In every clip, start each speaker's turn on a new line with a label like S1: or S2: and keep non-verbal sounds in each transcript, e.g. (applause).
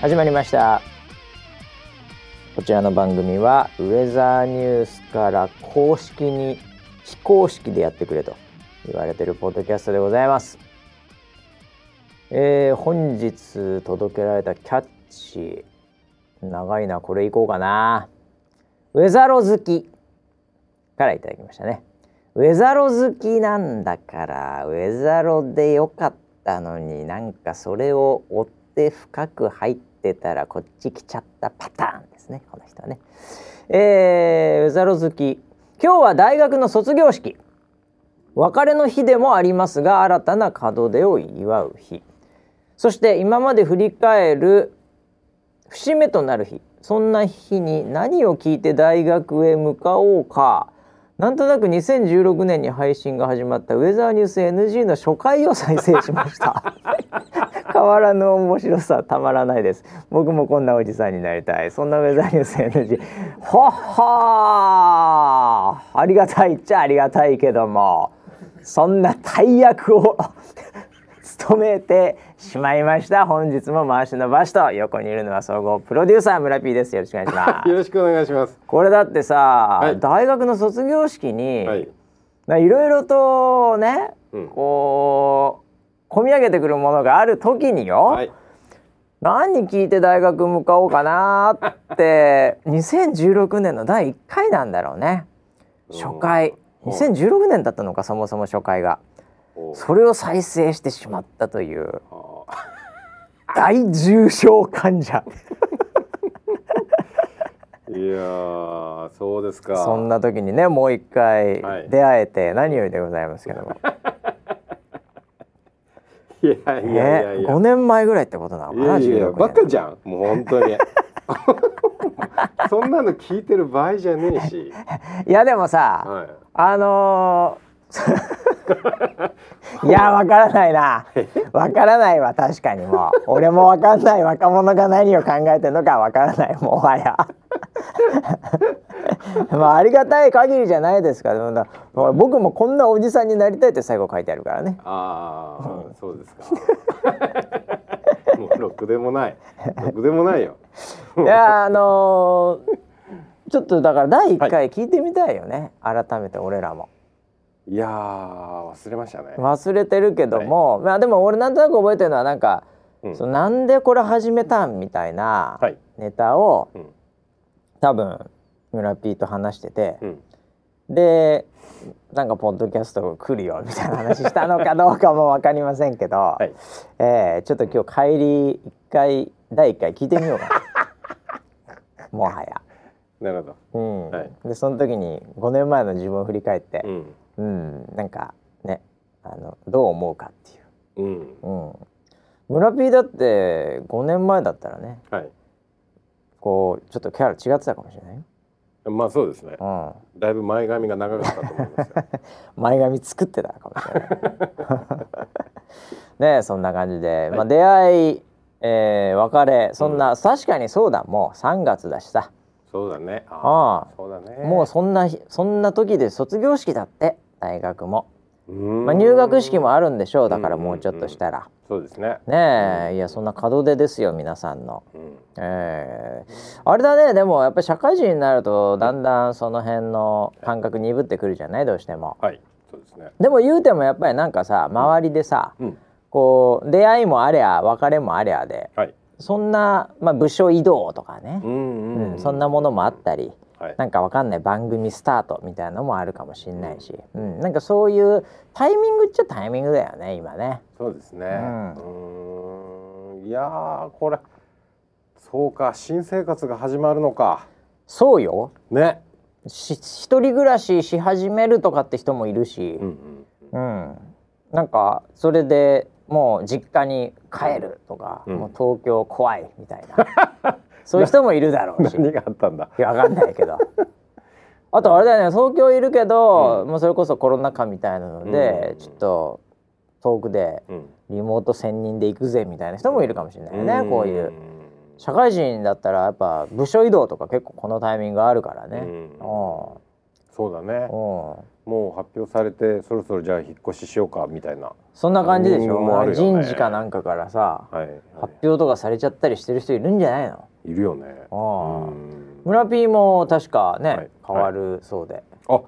S1: 始まりましたこちらの番組はウェザーニュースから公式に非公式でやってくれと言われてるポッドキャストでございます、えー本日届けられたキャッチ長いなこれいこうかなウェザロ好きからいただきましたねウェザロ好きなんだからウェザロでよかったのになんかそれを追って深く入ってたらこっち来ちゃったパターンですねこの人はね。えー、ウェザロ好き今日は大学の卒業式別れの日でもありますが新たな門出を祝う日そして今まで振り返る節目となる日そんな日に何を聞いて大学へ向かおうかなんとなく2016年に配信が始まったウェザーニュース NG の初回を再生しました (laughs) 変わらぬ面白さたまらないです僕もこんなおじさんになりたいそんなウェザーニュース NG ほっほーありがたいっちゃありがたいけどもそんな大役を務めてしまいました本日も回しのばしと横にいるのは総合プロデューサー村 P ですよろしくお願いします
S2: よろしくお願いします。
S1: これだってさ、
S2: い
S1: 大学の卒業式に、
S2: はい。
S1: ないろいろとね、
S2: うん
S1: こう込み上げてくるものがある時によ、
S2: はい。
S1: 何聞いて大学向かおうかなって
S2: (laughs)
S1: 2016年の第1回なんだろうね初回
S2: うん
S1: 2016年だったのかそもそも初回が
S2: お
S1: それを再生してしまったという
S2: あ
S1: 大重症患者
S2: ーいやー、そうですか。
S1: (laughs) そんな時にねもう一回
S2: はい
S1: 出会えて何よりでございますけども、
S2: いやい
S1: ね、
S2: やいやいや。
S1: 5年前ぐらいってことなのか
S2: いや
S1: ない
S2: や、
S1: 16
S2: ばっ
S1: 年
S2: かじゃん。もう本当に。 (laughs) そんなの聞いてる場合じゃねえし。
S1: いやでもさ、
S2: は
S1: あの
S2: (laughs)
S1: ーいやわからないなわからないわ確かにもう俺もわかんない若者が何を考えてるのかわからないもはや (laughs) まあありがたい限りじゃないですかでもな僕もこんなおじさんになりたいって最後書いてあるからね
S2: い。ああ、そう (laughs) ですか。もうろくでもない。ろくでもないよ。
S1: いやあの
S2: (laughs)
S1: ーちょっとだから第1回聞いてみたいよね、改めて俺らも
S2: いやー、忘れましたね。
S1: 忘れてるけども、まあでも俺なんとなく覚えてるのはなんか
S2: うん
S1: そのなんでこれ始めたんみたいな
S2: はい
S1: ネタを
S2: うん。
S1: 多分村 P と話してて
S2: う、ん。
S1: でなんかポッドキャストが来るよみたいな話したのか (laughs) どうかも分かりませんけど、
S2: はい。
S1: えーちょっと今日帰り一回第1回聞いてみようか
S2: (laughs)
S1: なもはや。
S2: なるほど。
S1: うん
S2: はい
S1: でその時に5年前の自分を振り返って
S2: う、ん。
S1: うんなんかねあのどう思うかっていう。
S2: う
S1: う
S2: ん。
S1: ん、村 P だって5年前だったらね
S2: はい。
S1: こうちょっとキャラ違ってたかもしれないよ
S2: まあ、そうですね。
S1: うん、
S2: だいぶ前髪が長かったと思いますよ。
S1: 前髪作ってたかもしれない。 (laughs) ねえそんな感じで、まあ、出会い、えー別れそんな、確かにそうだもう3月だしさ、
S2: そうだね。
S1: ああ
S2: そうだね。
S1: もうそんな日そんな時で卒業式だって大学も、
S2: うーん
S1: まあ、入学式もあるんでしょうだからもうちょっとしたら、
S2: そうですね。
S1: ねえいやそんな門出ですよ皆さんの。
S2: うん。
S1: えーあれだねでもやっぱり社会人になるとだんだんその辺の感覚鈍ってくるじゃないどうしても。
S2: はい。そうですね。
S1: でも言うてもやっぱりなんかさ周りでさ、
S2: うん。
S1: こう出会いもありゃ別れもありゃで
S2: はい。
S1: そんな、まあ、部署移動とかねう
S2: う、んうんん。
S1: そんなものもあったり
S2: はい。
S1: なんかわかんない番組スタートみたいなのもあるかもしんないし、うん、なんかそういうタイミングっちゃタイミングだよね今ね。
S2: そうですね。うんーん。いやーこれそうか新生活が始まるのか
S1: そうよ
S2: ね。
S1: し一人暮らしし始めるとかって人もいるし。
S2: うん
S1: うん、なんかそれでもう実家に帰るとか、
S2: うん
S1: もう東京怖いみたいな
S2: (laughs)
S1: そういう人もいるだろ
S2: う
S1: (laughs)
S2: ん。(laughs)
S1: うしい
S2: 何があったんだ。
S1: やわかんないけどあとあれだよね東京いるけど、もうそれこそコロナ禍みたいなので、
S2: うん
S1: ちょっと遠くで
S2: うん。
S1: リモート専任で行くぜみたいな人もいるかもしれないよね、
S2: ん
S1: こういう。社会人だったらやっぱ部署移動とか結構このタイミングあるから
S2: う
S1: ね。うん
S2: んそうだね。
S1: うん
S2: もう発表されてそろそろじゃあ引っ越ししようかみたいな
S1: そんな感じでしょ、
S2: うんあるよね
S1: 人事かなんかからさ、
S2: はい、は
S1: 発表とかされちゃったりしてる人いるんじゃないの
S2: い、いるよね
S1: ああ
S2: うん
S1: 村 P も確かね、
S2: はい
S1: 変わるそうで、
S2: あ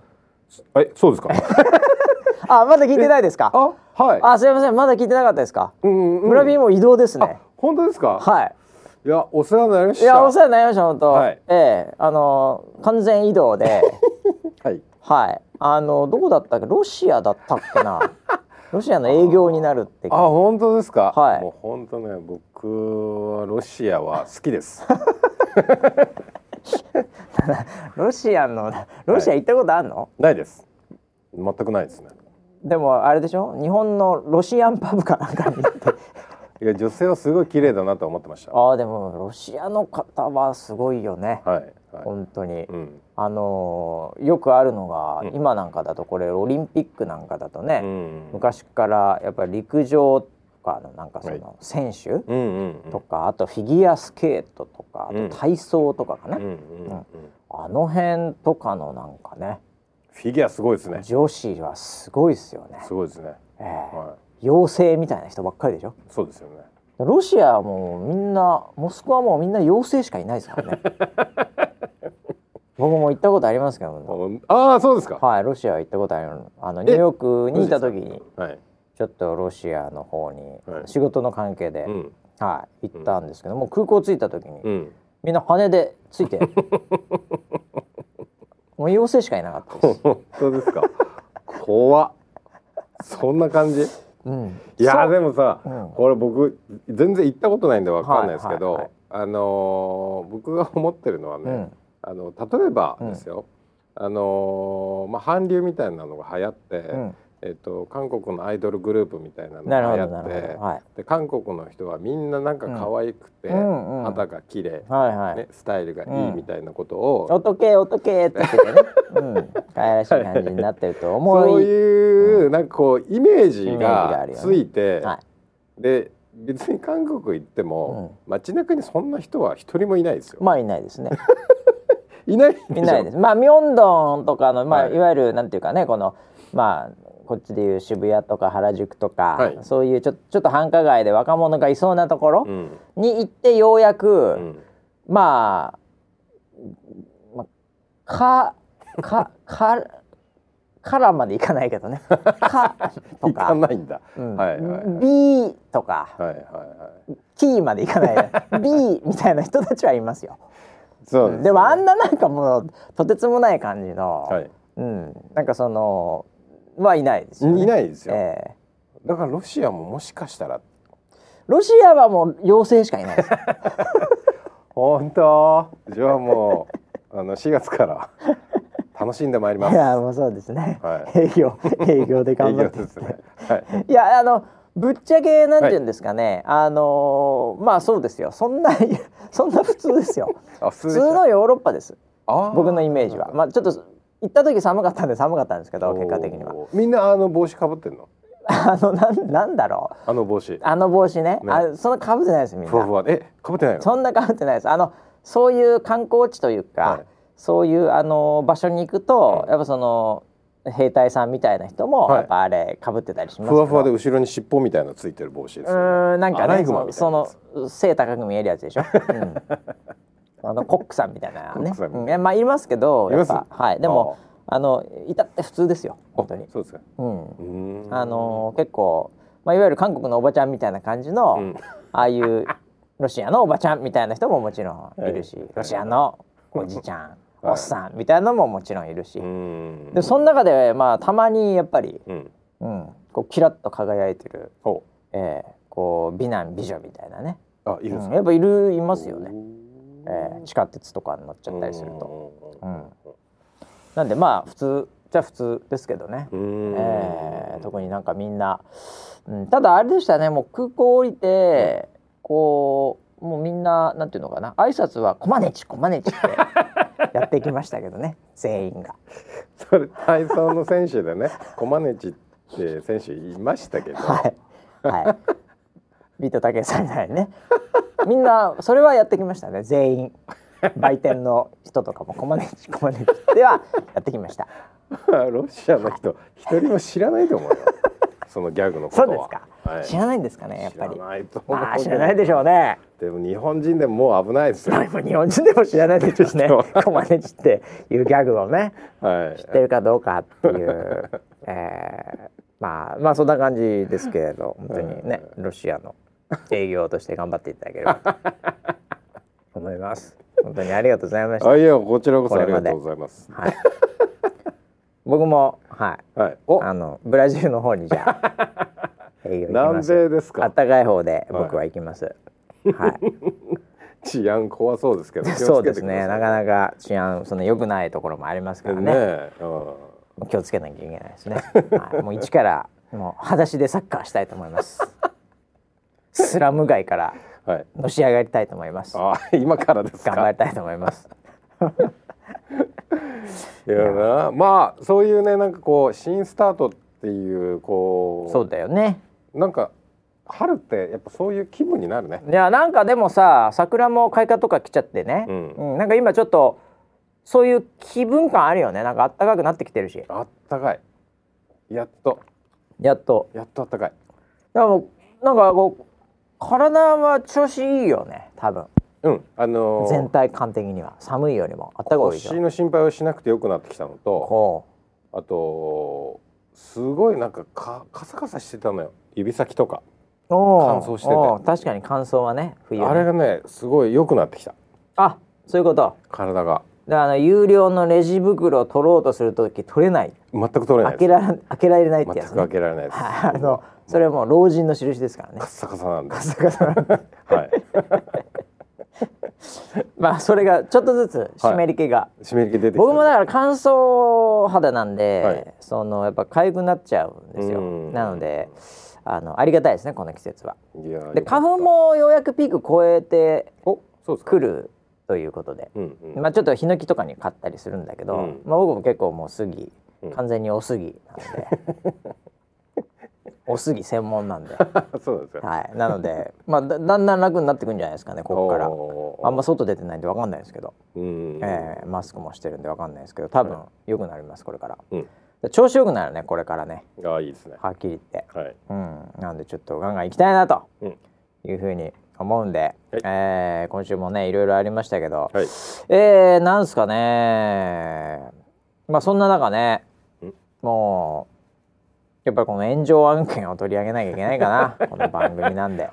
S2: すえそうですか
S1: (laughs) あまだ聞いてないですか
S2: あはい
S1: あすいませんまだ聞いてなかったですか、
S2: うん
S1: 村 P も移動ですね
S2: あ本当ですか
S1: はい
S2: やお世話になりまし
S1: い
S2: た
S1: いやお世話になりました本当、
S2: はい
S1: ええあの完全移動
S2: (laughs)
S1: で
S2: はい
S1: はいあのどこだったっけロシアだったっけ
S2: (laughs)
S1: なロシアの営業になるって
S2: あ本当ですか
S1: はい
S2: もう本当ね僕はロシアは好きです (laughs)
S1: ロシアのロシア行ったことあるの、
S2: ないです全くないですね
S1: でもあれでしょ日本のロシアンパブかなんかに行って
S2: (laughs) いや女性はすごい綺麗だなと思ってましたは
S1: ああでもロシアの方はすごいよね、
S2: いはい
S1: 本当に、
S2: うん
S1: あのーよくあるのが、
S2: うん
S1: 今なんかだとこれオリンピックなんかだとね、
S2: うん
S1: 昔からやっぱり陸上とかのなんかそ
S2: はい
S1: の選手、
S2: うんうんうん
S1: とかあとフィギュアスケートとかあ
S2: う
S1: と
S2: ん
S1: 体操とかかな、
S2: うんうんうん
S1: あの辺とかのなんかね
S2: フィギュアすごいですね
S1: 女子はすごいですよね、
S2: すごいですね
S1: ええ
S2: は
S1: 妖精みたいな人ばっかりでしょ
S2: いそうですよね
S1: ロシアはもうみんなモスクワはもうみんな妖精しかいないですから
S2: (laughs)
S1: ね僕も行ったことありますけど
S2: ああそうですか
S1: はいロシアは行ったことあるあのニューヨークにいた時に
S2: はい
S1: ちょっとロシアの方に
S2: はい
S1: 仕事の関係で、
S2: うん
S1: はい、行ったんですけどもう空港着いた時に、
S2: うん
S1: みんな羽でつい
S2: (laughs)
S1: てもう妖精しかいなかったです、
S2: 本当ですか怖っそんな感じ
S1: うん、
S2: いや
S1: そう
S2: でもさ、
S1: うん
S2: これ僕全然行ったことないんでわかんないですけど、
S1: はいはい
S2: あのー僕が思ってるのはね、
S1: うん
S2: あの例えばですよ、あのーまあ韓流みたいなのが流行って、
S1: うん
S2: えっと韓国のアイドルグループみたいなの
S1: なる
S2: が
S1: ほ
S2: 流
S1: ど
S2: 行
S1: な
S2: っ
S1: る
S2: て
S1: ほど、はい、
S2: で韓国の人はみんななんか可愛くて、
S1: うんうん
S2: 肌が綺麗、
S1: はいはい
S2: ねスタイルがいいみたいなことを、
S1: おとけおとけって言っててね、うん、可愛らしい感じになってると思い
S2: そういう、なんかこうイメージ
S1: イメージがあ
S2: が
S1: るよね
S2: ついて、
S1: は
S2: で別に韓国行っても、街中にそんな人は一人もいないですよ。
S1: まあいないです
S2: (laughs)
S1: ね
S2: いないでしょ
S1: いないですまあミョンドンとかの、まあ
S2: はい
S1: い、わゆるなんていうかねこのまあこっちでいう渋谷とか原宿とか、
S2: はい
S1: そういうちょちょっと繁華街で若者がいそうなところ
S2: うん
S1: に行ってようやく、
S2: うん
S1: まあ、まあ、か、か、 (laughs) か、からまでいかないけど
S2: (laughs)
S1: ね。かと
S2: 行か
S1: か、
S2: ないんだ。
S1: うん
S2: はいはいはい
S1: B とか、
S2: はいはいはい。
S1: T までいか
S2: (laughs)
S1: ない。B みたいな人たちはいますよ。
S2: そうですね
S1: でもあんななんかもうとてつもない感じの、
S2: はい。
S1: うん、なんかそのはいないですよね。
S2: いないですよ。
S1: ええ
S2: だからロシアももしかしたら
S1: ロシアはもう妖精しかいないです。
S2: 本当じゃあもうあの4月から楽しんでまいり (laughs) ま
S1: い
S2: す。
S1: やもうそうですね。
S2: は
S1: 営業営業で頑張って
S2: 営業ですね。はい。
S1: いやあのぶっちゃけなんて言うんですかね、あのーまあそうですよそんな (laughs) そんな普通ですよ
S2: あ
S1: 普通のヨーロッパです僕
S2: 僕
S1: のイメージはまあちょっと行った時寒かったんで寒かったんですけど結果的には
S2: みんなあの帽子かぶってんの
S1: あのなんなんだろ
S2: あの帽子
S1: うあの帽子ねあそんな被ってないですみん
S2: ふわふ
S1: な
S2: わえかぶってないの
S1: そんな被ってないですあのそういう観光地というか、
S2: はい
S1: そういうあの場所に行くと、やっぱその兵隊さんみたいな人も、
S2: はい
S1: やっぱあれ被ってたりしますけ
S2: ふ
S1: ど
S2: わふわで後ろに尻尾みたいなのついてる帽子です
S1: う
S2: よね
S1: ーんなんか
S2: アラ
S1: ね
S2: イグマ
S1: そ
S2: みたいなやつ
S1: その背高く見えるやつでしょ、うん、あのコックさんみたいな
S2: コッ
S1: ね
S2: クさんみたいな
S1: うんいやまあいますけど
S2: い
S1: や
S2: ま
S1: っ
S2: す
S1: ぱはいでもあの至って普通ですよ本当に
S2: そうですか
S1: うん
S2: うーん
S1: あのー結構まあいわゆる韓国のおばちゃんみたいな感じの、
S2: うん
S1: ああいうロシアのおばちゃんみたいな人ももちろんいるし、
S2: はい
S1: ロシアのおじちゃん、
S2: はい
S1: おっさんみたいなのももちろんいるし、
S2: うーん
S1: でその中でまあたまにやっぱり、
S2: うん
S1: うん、こうキラッと輝いてる
S2: お
S1: えー、こう美男美女みたいなね、
S2: あいるんで
S1: う
S2: す
S1: ん
S2: か
S1: やっぱいるいますよね、
S2: ね
S1: えー、地下鉄とかに乗っちゃったりすると
S2: と
S1: なんでまあ普通じゃ普通ですけどね、
S2: うん
S1: えー、特になんかみんな、うん、ただあれでしたねもう空港降りてこうもうみんななんていうのかな挨拶は「こまねちこまねち」ってやって (laughs) きましたけどね全員が。
S2: それ体操の選手でね (laughs) コマネチって選手いまし
S1: (laughs)
S2: たけど
S1: はい。はい。ビートたけしさんみたいにね。みんなそれはやってきましたね。 (laughs) 全員。売店の人とかもこまねちこまねちではやってきました。
S2: ロシアの人一人も知らないと思うよそのギャグのこ
S1: そう
S2: と
S1: です
S2: は
S1: か、
S2: はい
S1: 知らないんですかねやっぱり
S2: 知らないと思う
S1: まあ知らないでしょうね
S2: でも日本人でももう危ないですよ
S1: でも日本人でも知らないでしょうしねコマネチっていうギャグを (laughs) ね
S2: はい
S1: 知ってるかどうかっていう、えーまあまあそんな感じですけれど本当にねロシアの営業として頑張っていただければ (laughs) と思います本当にありがとうございました、
S2: あいやこちらこそ
S1: こ
S2: あ
S1: れ
S2: り
S1: ま
S2: が
S1: で
S2: とうございます
S1: はい、僕もはい
S2: はいお
S1: あのブラジルの方にじゃあ (laughs) 営業行きま
S2: 南
S1: す
S2: 米です
S1: あ
S2: か
S1: ったかい方で僕は行きます、 (laughs) はい
S2: 治安怖そうで
S1: (laughs)
S2: すけど気をつけて
S1: そうですね。な
S2: か
S1: かなか治安その良くないところもありますから
S2: ね
S1: ね。
S2: ね、うん
S1: 気をつけなきゃいけないですね。はい、もう一からもう裸足でサッカーしたいと思います。スラム街から
S2: はい。
S1: のし上がりたいと思います。
S2: あ、 (laughs) 今からです
S1: 頑張
S2: か。
S1: りたいと思います。
S2: いやな、まあそういうねなんかこう新スタートっていうこう
S1: そうだよね。
S2: なんか春ってやっぱそういう気分になるね。
S1: いやなんかでもさ桜も開花とか来ちゃってね、
S2: うん
S1: うんなんか今ちょっとそういう気分感あるよねなんかあったかくなってきてるし
S2: あったかい。やっと
S1: やっと
S2: やっとあったかい。
S1: だからもうなんかこう体は調子いいよね多分
S2: うん。あのー、
S1: 全体感的には寒いよりもあったかい方がいいでし
S2: 腰
S1: ょ
S2: の心配をしなくてよくなってきたのと、
S1: こ
S2: あとすごいなんかかカサカサしてたのよ指先とか。
S1: うおう
S2: 乾燥してて
S1: おう確かに乾燥はね冬ね
S2: あれがねすごい良くなってきた
S1: あそういうこと
S2: 体が
S1: であの有料のレジ袋を取ろうとする時取れない
S2: 全く取れな
S1: 開
S2: いで
S1: け
S2: す。
S1: られ開けられないって
S2: 全
S1: やつ、
S2: く
S1: ね
S2: 開、けられないです。
S1: (laughs) あのそれはもう老人の印ですからね
S2: カッサカサなんで
S1: カ
S2: す。
S1: サカサなんで
S2: はい。
S1: (laughs) まあそれがちょっとずつ湿り気が、
S2: 湿り気出てきた。
S1: 僕もだから乾燥肌なんで、
S2: はい
S1: そのやっぱ痒くなっちゃうんですよ
S2: うん
S1: なのであのありがたいですねこの季節はい
S2: やー
S1: で
S2: よかった
S1: 花粉もようやくピーク超えて
S2: おそうですか
S1: くるということで、
S2: うんうん、
S1: まあ、ちょっとヒノキとかに買ったりするんだけど、
S2: うん
S1: まあ、僕も結構もう杉
S2: うん
S1: 完全にお杉なんで、
S2: (laughs)
S1: お杉専門なんで、
S2: (laughs) そうなんですよ
S1: はい、なので、まあ、だだんだん楽になってくんじゃないですかねここから
S2: おー
S1: あんま外出てないんでわかんないですけど、
S2: うんうん
S1: えーマスクもしてるんでわかんないですけど多分良くなりますこれから、
S2: うん
S1: で調子良くなるねこれからね
S2: あーいいですね
S1: はっきり言って。
S2: はい
S1: うん、なんでちょっとガンガン行きたいなと
S2: うん
S1: いうふうに思うんで、
S2: い
S1: えー今週もねいろいろありましたけど、
S2: はい
S1: えー、なんすかねまあそんな中ね
S2: ん
S1: もうやっぱりこの炎上案件を取り上げなきゃいけないかなこの番組なんで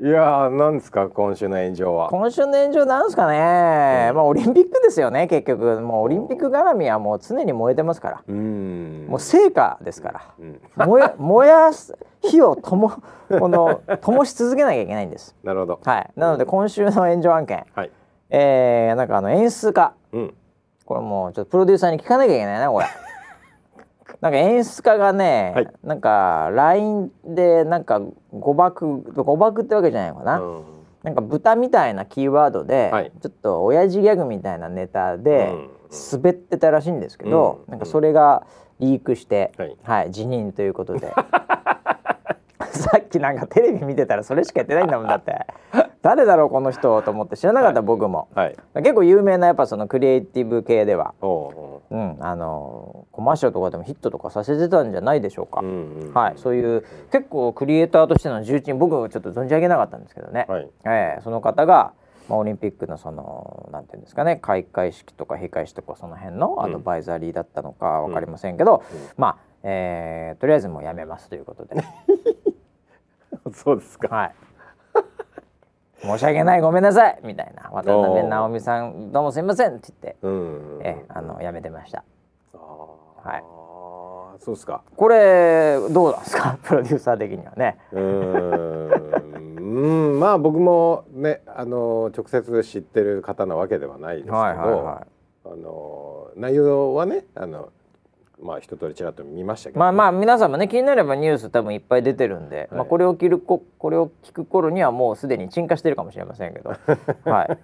S2: いやーなんですか今週の炎上は
S1: 今週の炎上なんすかね、まあオリンピックですよね結局もうオリンピック絡みはもう常に燃えてますから
S2: うん
S1: もう成果ですから。
S2: うん
S1: 燃や燃やす火をともこの灯し続けなきゃいけないんです。
S2: なるほど
S1: はい、なので今週の炎上案件、
S2: はい
S1: えー、なんかあの演出家
S2: うん
S1: これもうちょっとプロデューサーに聞かなきゃいけないな
S2: (laughs)
S1: これ。なんか演出家がね、
S2: はい
S1: なんか LINE でなんか誤爆誤爆ってわけじゃないのかな、
S2: うん
S1: なんか豚みたいなキーワードで、
S2: はい
S1: ちょっと親父ギャグみたいなネタで
S2: うん
S1: 滑ってたらしいんですけど、
S2: うん
S1: なんかそれがリークして、
S2: はい
S1: 辞任という
S2: (laughs)
S1: ことで (laughs) さっきなんかテレビ見てたらそれしかやってないんだもんだって誰だろうこの人と思って知らなかった、僕も
S2: はい
S1: 結構有名なやっぱそのクリエイティブ系では、
S2: おお
S1: うん、あのコマーシャルとかでもヒットとかさせてたんじゃないでしょうか、
S2: うんうん
S1: はい、そういう結構クリエイターとしての重鎮僕はちょっと存じ上げなかったんですけどね、
S2: はい (laughs)
S1: ええその方が、まあ、オリンピックのそのなんていうんですかね開会式とか閉会式とかその辺のアドバイザリーだったのかわかりませんけど、まあ、ええとりあえずもうやめますということで、
S2: そうですか
S1: はい、申し訳ないごめんなさいみたいな渡辺直美さんどうもすいませんって言って、
S2: うん
S1: ええあのやめてました。
S2: あ
S1: はい
S2: はいそうですか
S1: これどうなんですか (laughs) プロデューサー的にはね。
S2: うーんうんまあ僕もねあの直接知ってる方なわけではないですけど、
S1: はいはいはい
S2: あの内容はねあのまあ一通りちらっと見ましたけど、
S1: まあまあ皆さんもね気になればニュース多分いっぱい出てるんで、まあこれを聞るここれを聞く頃にはもうすでに沈下してるかもしれませんけど、はい。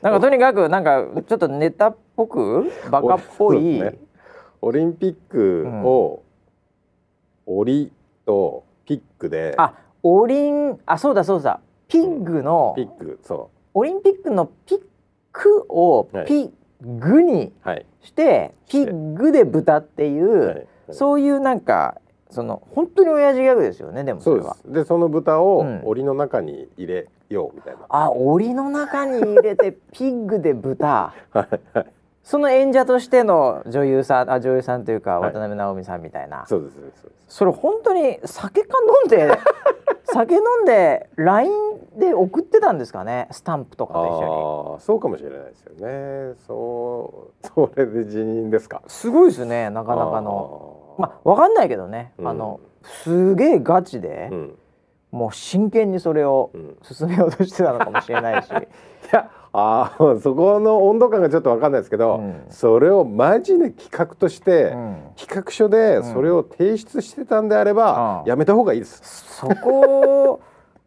S1: なんかとにかくなんかちょっとネタっぽくバカっぽ
S2: そうで
S1: い、
S2: すねオリンピックを、オリとピックで
S1: あオリンあそうだそうだピッグの
S2: ピックそ
S1: オリンピックのピックを
S2: はい
S1: ピグに
S2: はい
S1: してピ
S2: して
S1: ッグで豚っていう、
S2: はい
S1: そういうなんかその本当に親父ギャグですよねでもそ
S2: そう
S1: れ
S2: で
S1: は。
S2: すでその豚
S1: う
S2: を
S1: ん
S2: 檻の中に入れようみ
S1: (laughs)
S2: たいな、
S1: あ檻の中に入れてピッグで豚 (laughs)
S2: はいはい
S1: その演者としての女優さんあ女優さんというか
S2: はい
S1: 渡辺直美さんみたいな、
S2: そうですそうですそうです
S1: それ本当に酒か飲ん
S2: (laughs)
S1: で酒飲んで LINE で送ってたんですかねスタンプとか
S2: あ
S1: と一緒に。
S2: あーそうかもしれないですよねそうそれで辞任ですか
S1: すごいですねなかなかの。
S2: の
S1: まあわかんないけどね、
S2: うん
S1: あのすげえガチで、
S2: うん
S1: もう真剣にそれを
S2: うん
S1: 進めようとしてたのかもしれないし、
S2: いやあーそこの温度感がちょっとわかんないですけど、
S1: うん
S2: (laughs) それをマジで企画として、
S1: うん
S2: 企画書でそれを提出してたんであれば、
S1: うん
S2: やめた方がいいです。
S1: そこ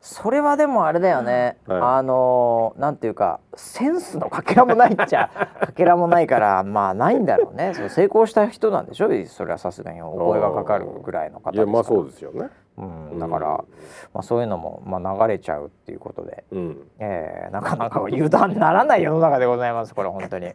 S1: それはでもあれだよね、
S2: はい
S1: あのなんていうかセンスのかけらもないっ
S2: (laughs)
S1: ちゃかけらもないからまあないんだろうねそう成功した人なんでしょそれはさすがにお声がかかるぐらいの方
S2: い
S1: ですから
S2: やまあそうですよね。
S1: うん、だから、まあ、そういうのも、まあ、流れちゃうっていうことで、
S2: うん、
S1: えー、なかなか油断ならない世の中でございますこれ本当
S2: (laughs)
S1: に。い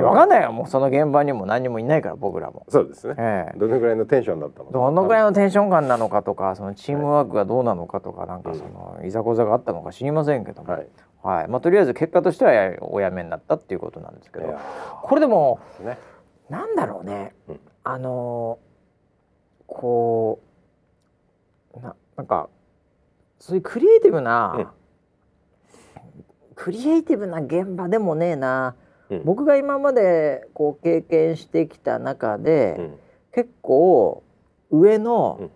S1: やわかんないよもうその現場にも何にもいないから僕らも。
S2: そうですね。
S1: ええ
S2: どのぐらいのテンションだったのか。
S1: どのぐらい
S2: い
S1: のテンション感なのかとかそのチームワークがどうなのかとかなんかそのいざこざがあったのか知りませんけども、
S2: は
S1: はい
S2: い。
S1: まあ、とりあえず結果としてはやおやめになったっていうことなんですけ
S2: い
S1: ど
S2: や
S1: これでも
S2: ね。
S1: なんだろうね、
S2: うん
S1: あのーこうななんかそういうクリエイティブな、
S2: うん
S1: クリエイティブな現場でもねえな、
S2: うん
S1: 僕が今までこう経験してきた中で、
S2: うん
S1: 結構上の
S2: うん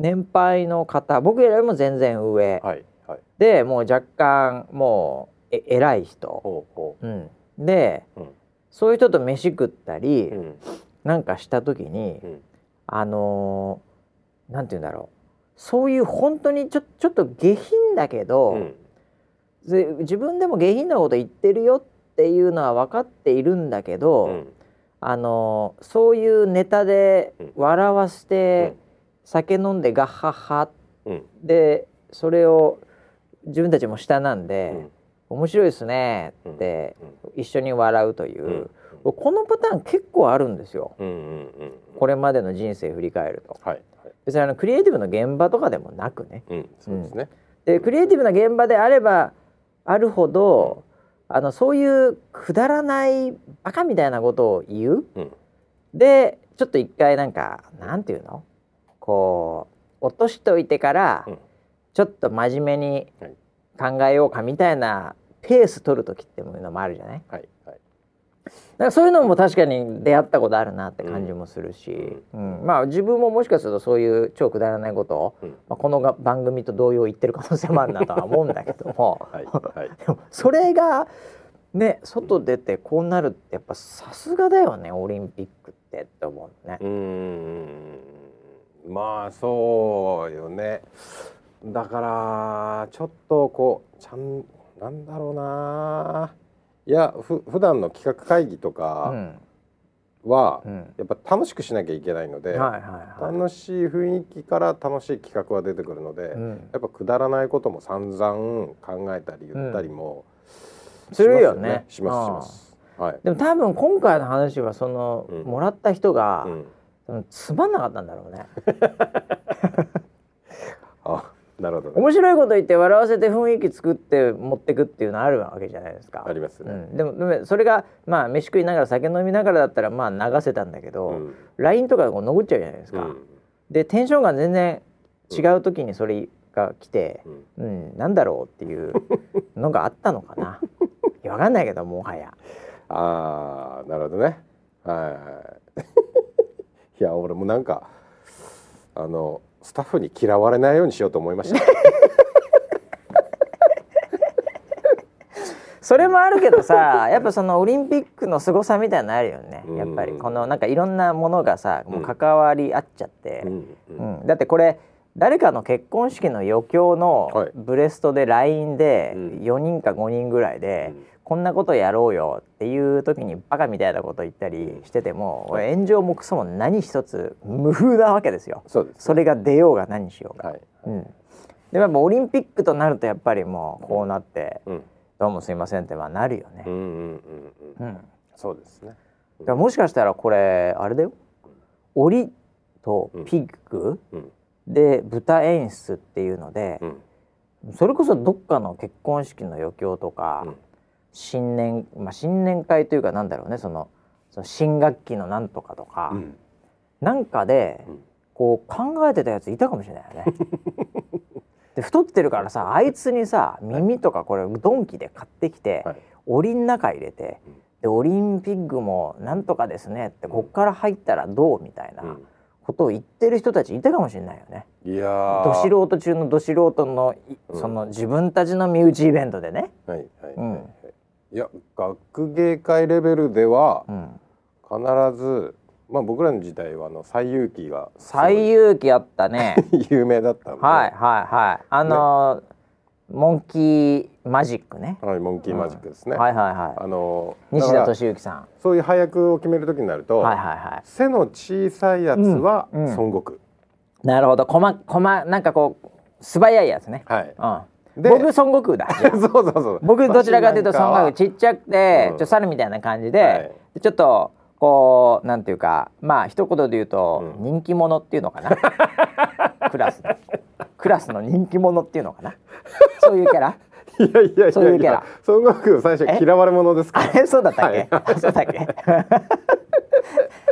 S1: 年配の方、僕よりも全然上、
S2: はいはい。
S1: でもう若干もうえ偉い人、
S2: ほうほ
S1: うん、で、
S2: うん
S1: そういう人と飯食ったり、
S2: う。うん
S1: なんかした時に、
S2: うん
S1: あのーなんて言うんだろうそういう本当にちょちょっと下品だけど、
S2: うん
S1: で自分でも下品なこと言ってるよっていうのは分かっているんだけど、
S2: うん
S1: あのーそういうネタで
S2: うん
S1: 笑わせて、
S2: うん
S1: 酒飲んでガッハッハ
S2: うん
S1: でそれを自分たちも下なん
S2: う
S1: で、
S2: ん
S1: 面白いですねって
S2: うん
S1: 一緒に笑うという、
S2: うん
S1: このパターン結構あるんですよ
S2: うんうんうん。
S1: これまでの人生振り返ると。
S2: はいはい。
S1: 別にあのクリエイティブの現場とかでもなくね
S2: うんそうですね。
S1: でクリエイティブな現場であればあるほどあのそういうくだらないバカみたいなことを言う
S2: うん
S1: でちょっと一回なんかなんていうのこう落としといてから
S2: うん
S1: ちょっと真面目に
S2: はい
S1: 考えようかみたいなペース取る時っていうのもあるじゃない
S2: はいはい。
S1: なんかそういうのも確かに出会ったことあるなって感じもするし、うんまあ自分ももしかするとそういう超くだらないことを、
S2: うん
S1: まあ、このが番組と同様言ってる可能性もあるなとは思うんだけど
S2: (laughs)
S1: も
S2: はいはい。
S1: でもそれがね外出てこうなるってやっぱさすがだよねオリンピックってって思うね
S2: う。ーんまあそうよねだからちょっとこうちゃんなんだろうないやふ普段の企画会議と
S1: う
S2: か
S1: ん
S2: は、
S1: うん
S2: やっぱ楽しくしなきゃいけないので、
S1: はいはいはい
S2: 楽しい雰囲気から楽しい企画は出てくるので、
S1: う
S2: や
S1: ん
S2: っぱくだらないことも散々考えたり言ったりも、
S1: するよね
S2: しますよ
S1: うん
S2: ねしますしますはい、
S1: でも多分今回の話はその、
S2: うん
S1: もらった人が
S2: う、ん、
S1: 多分つまんなかったんだろうね。
S2: あなるほどね
S1: 面白いこと言って笑わせて雰囲気作って持ってくっていうのあるわけじゃないですか。
S2: あります
S1: う
S2: ね、
S1: ん、でもでもそれがまあ飯食いながら酒飲みながらだったらまあ流せたんだけど、
S2: うん
S1: LINE とかこう残っちゃうじゃないです
S2: う
S1: か。
S2: ん
S1: でテンションが全然違う時にそれが来て、
S2: う
S1: う
S2: ん
S1: んなんだろうっていうのがあったのかな。いやわかんないけどもはや。
S2: ああなるほどねはいはい (laughs) はいいや俺もなんかあのスタッフに嫌われないようにしようと思いました
S1: それもあるけどさやっぱそのオリンピックの凄さみたいなのあるよね
S2: うん
S1: やっぱりこのなんかいろんなものがさもう
S2: うん
S1: 関わり合っちゃって、
S2: うんうん
S1: うん、だってこれ誰かの結婚式の余興
S2: はい
S1: のブレストで LINE で
S2: うん
S1: 4人か5人ぐらいで、こんなことやろうよっていう時にバカみたいなこと言ったりしてても、
S2: うん
S1: 俺炎上もクソも何一つ無風なわけですよ
S2: そうです
S1: それが出ようが何しようが。
S2: はい
S1: うん、でもやっぱオリンピックとなるとやっぱりもうこうなって、
S2: うん
S1: どうもすいませんってまあなるよね
S2: う。んうんうんう。
S1: うんん。
S2: そうですね。
S1: だからもしかしたらこれあれだよ。檻とピッグ
S2: うん
S1: で豚演出っていうので
S2: う、ん
S1: それこそどっかの結婚式の余興とか、
S2: うん
S1: 新年まあ新年会というかなんだろうねそのその新学期のなんとかとか、
S2: うん。
S1: なんかで、
S2: うん
S1: こう考えてたやついたかもしれない
S2: (laughs)
S1: よね。で太ってるからさあいつにさ耳とかこれドンキで買ってきて、
S2: はい
S1: 檻の中入れて
S2: うん
S1: でオリンピックもなんとかですねってこっから入ったらどうみたいな
S2: うん
S1: ことを言ってる人たちいたかもしれないよね。
S2: いや
S1: ど
S2: ー。
S1: 素人中のど素人のい
S2: うん
S1: その自分たちの身内イベントでね。
S2: はいはい
S1: うん
S2: はい。いや学芸会レベルでは
S1: うん、
S2: 必ずまあ僕らの時代はあの西遊記がすご
S1: 最
S2: い
S1: 勇気あったね。
S2: 有名だったんで。
S1: (laughs) はいはいはい。あのーモンキーマジックね。
S2: はい。モンキーマジックですね。
S1: はいはいは
S2: あの
S1: い。西
S2: だ
S1: 田
S2: から
S1: 敏行さん。
S2: そういう配役を決めるときになると、
S1: はいはいは
S2: 背の小さいやつは
S1: うんうん
S2: 孫悟空、
S1: い。なるほど。こまこまなんかこう素早いやつね。 (laughs)
S2: はい。
S1: うん。
S2: で
S1: 僕孫悟空だ。じゃあ
S2: そうそうそう。
S1: 僕どちらかというと孫悟空
S2: ち
S1: ちっちゃくて、ち
S2: うん
S1: ょっと猿みたいな感じで、
S2: はい
S1: でちょっとこうなんていうかまあ一言で言うと、
S2: うん
S1: 人気者っていうのかな
S2: (laughs)
S1: クラスのクラスの人気者っていうのかなそういうキャ
S2: (laughs)
S1: ラ
S2: いやいやいやいや
S1: そういうキャラ
S2: 孫悟空最初嫌われ者ですか
S1: あ
S2: ら。
S1: れそうだったっけ、あそうだっけ (laughs)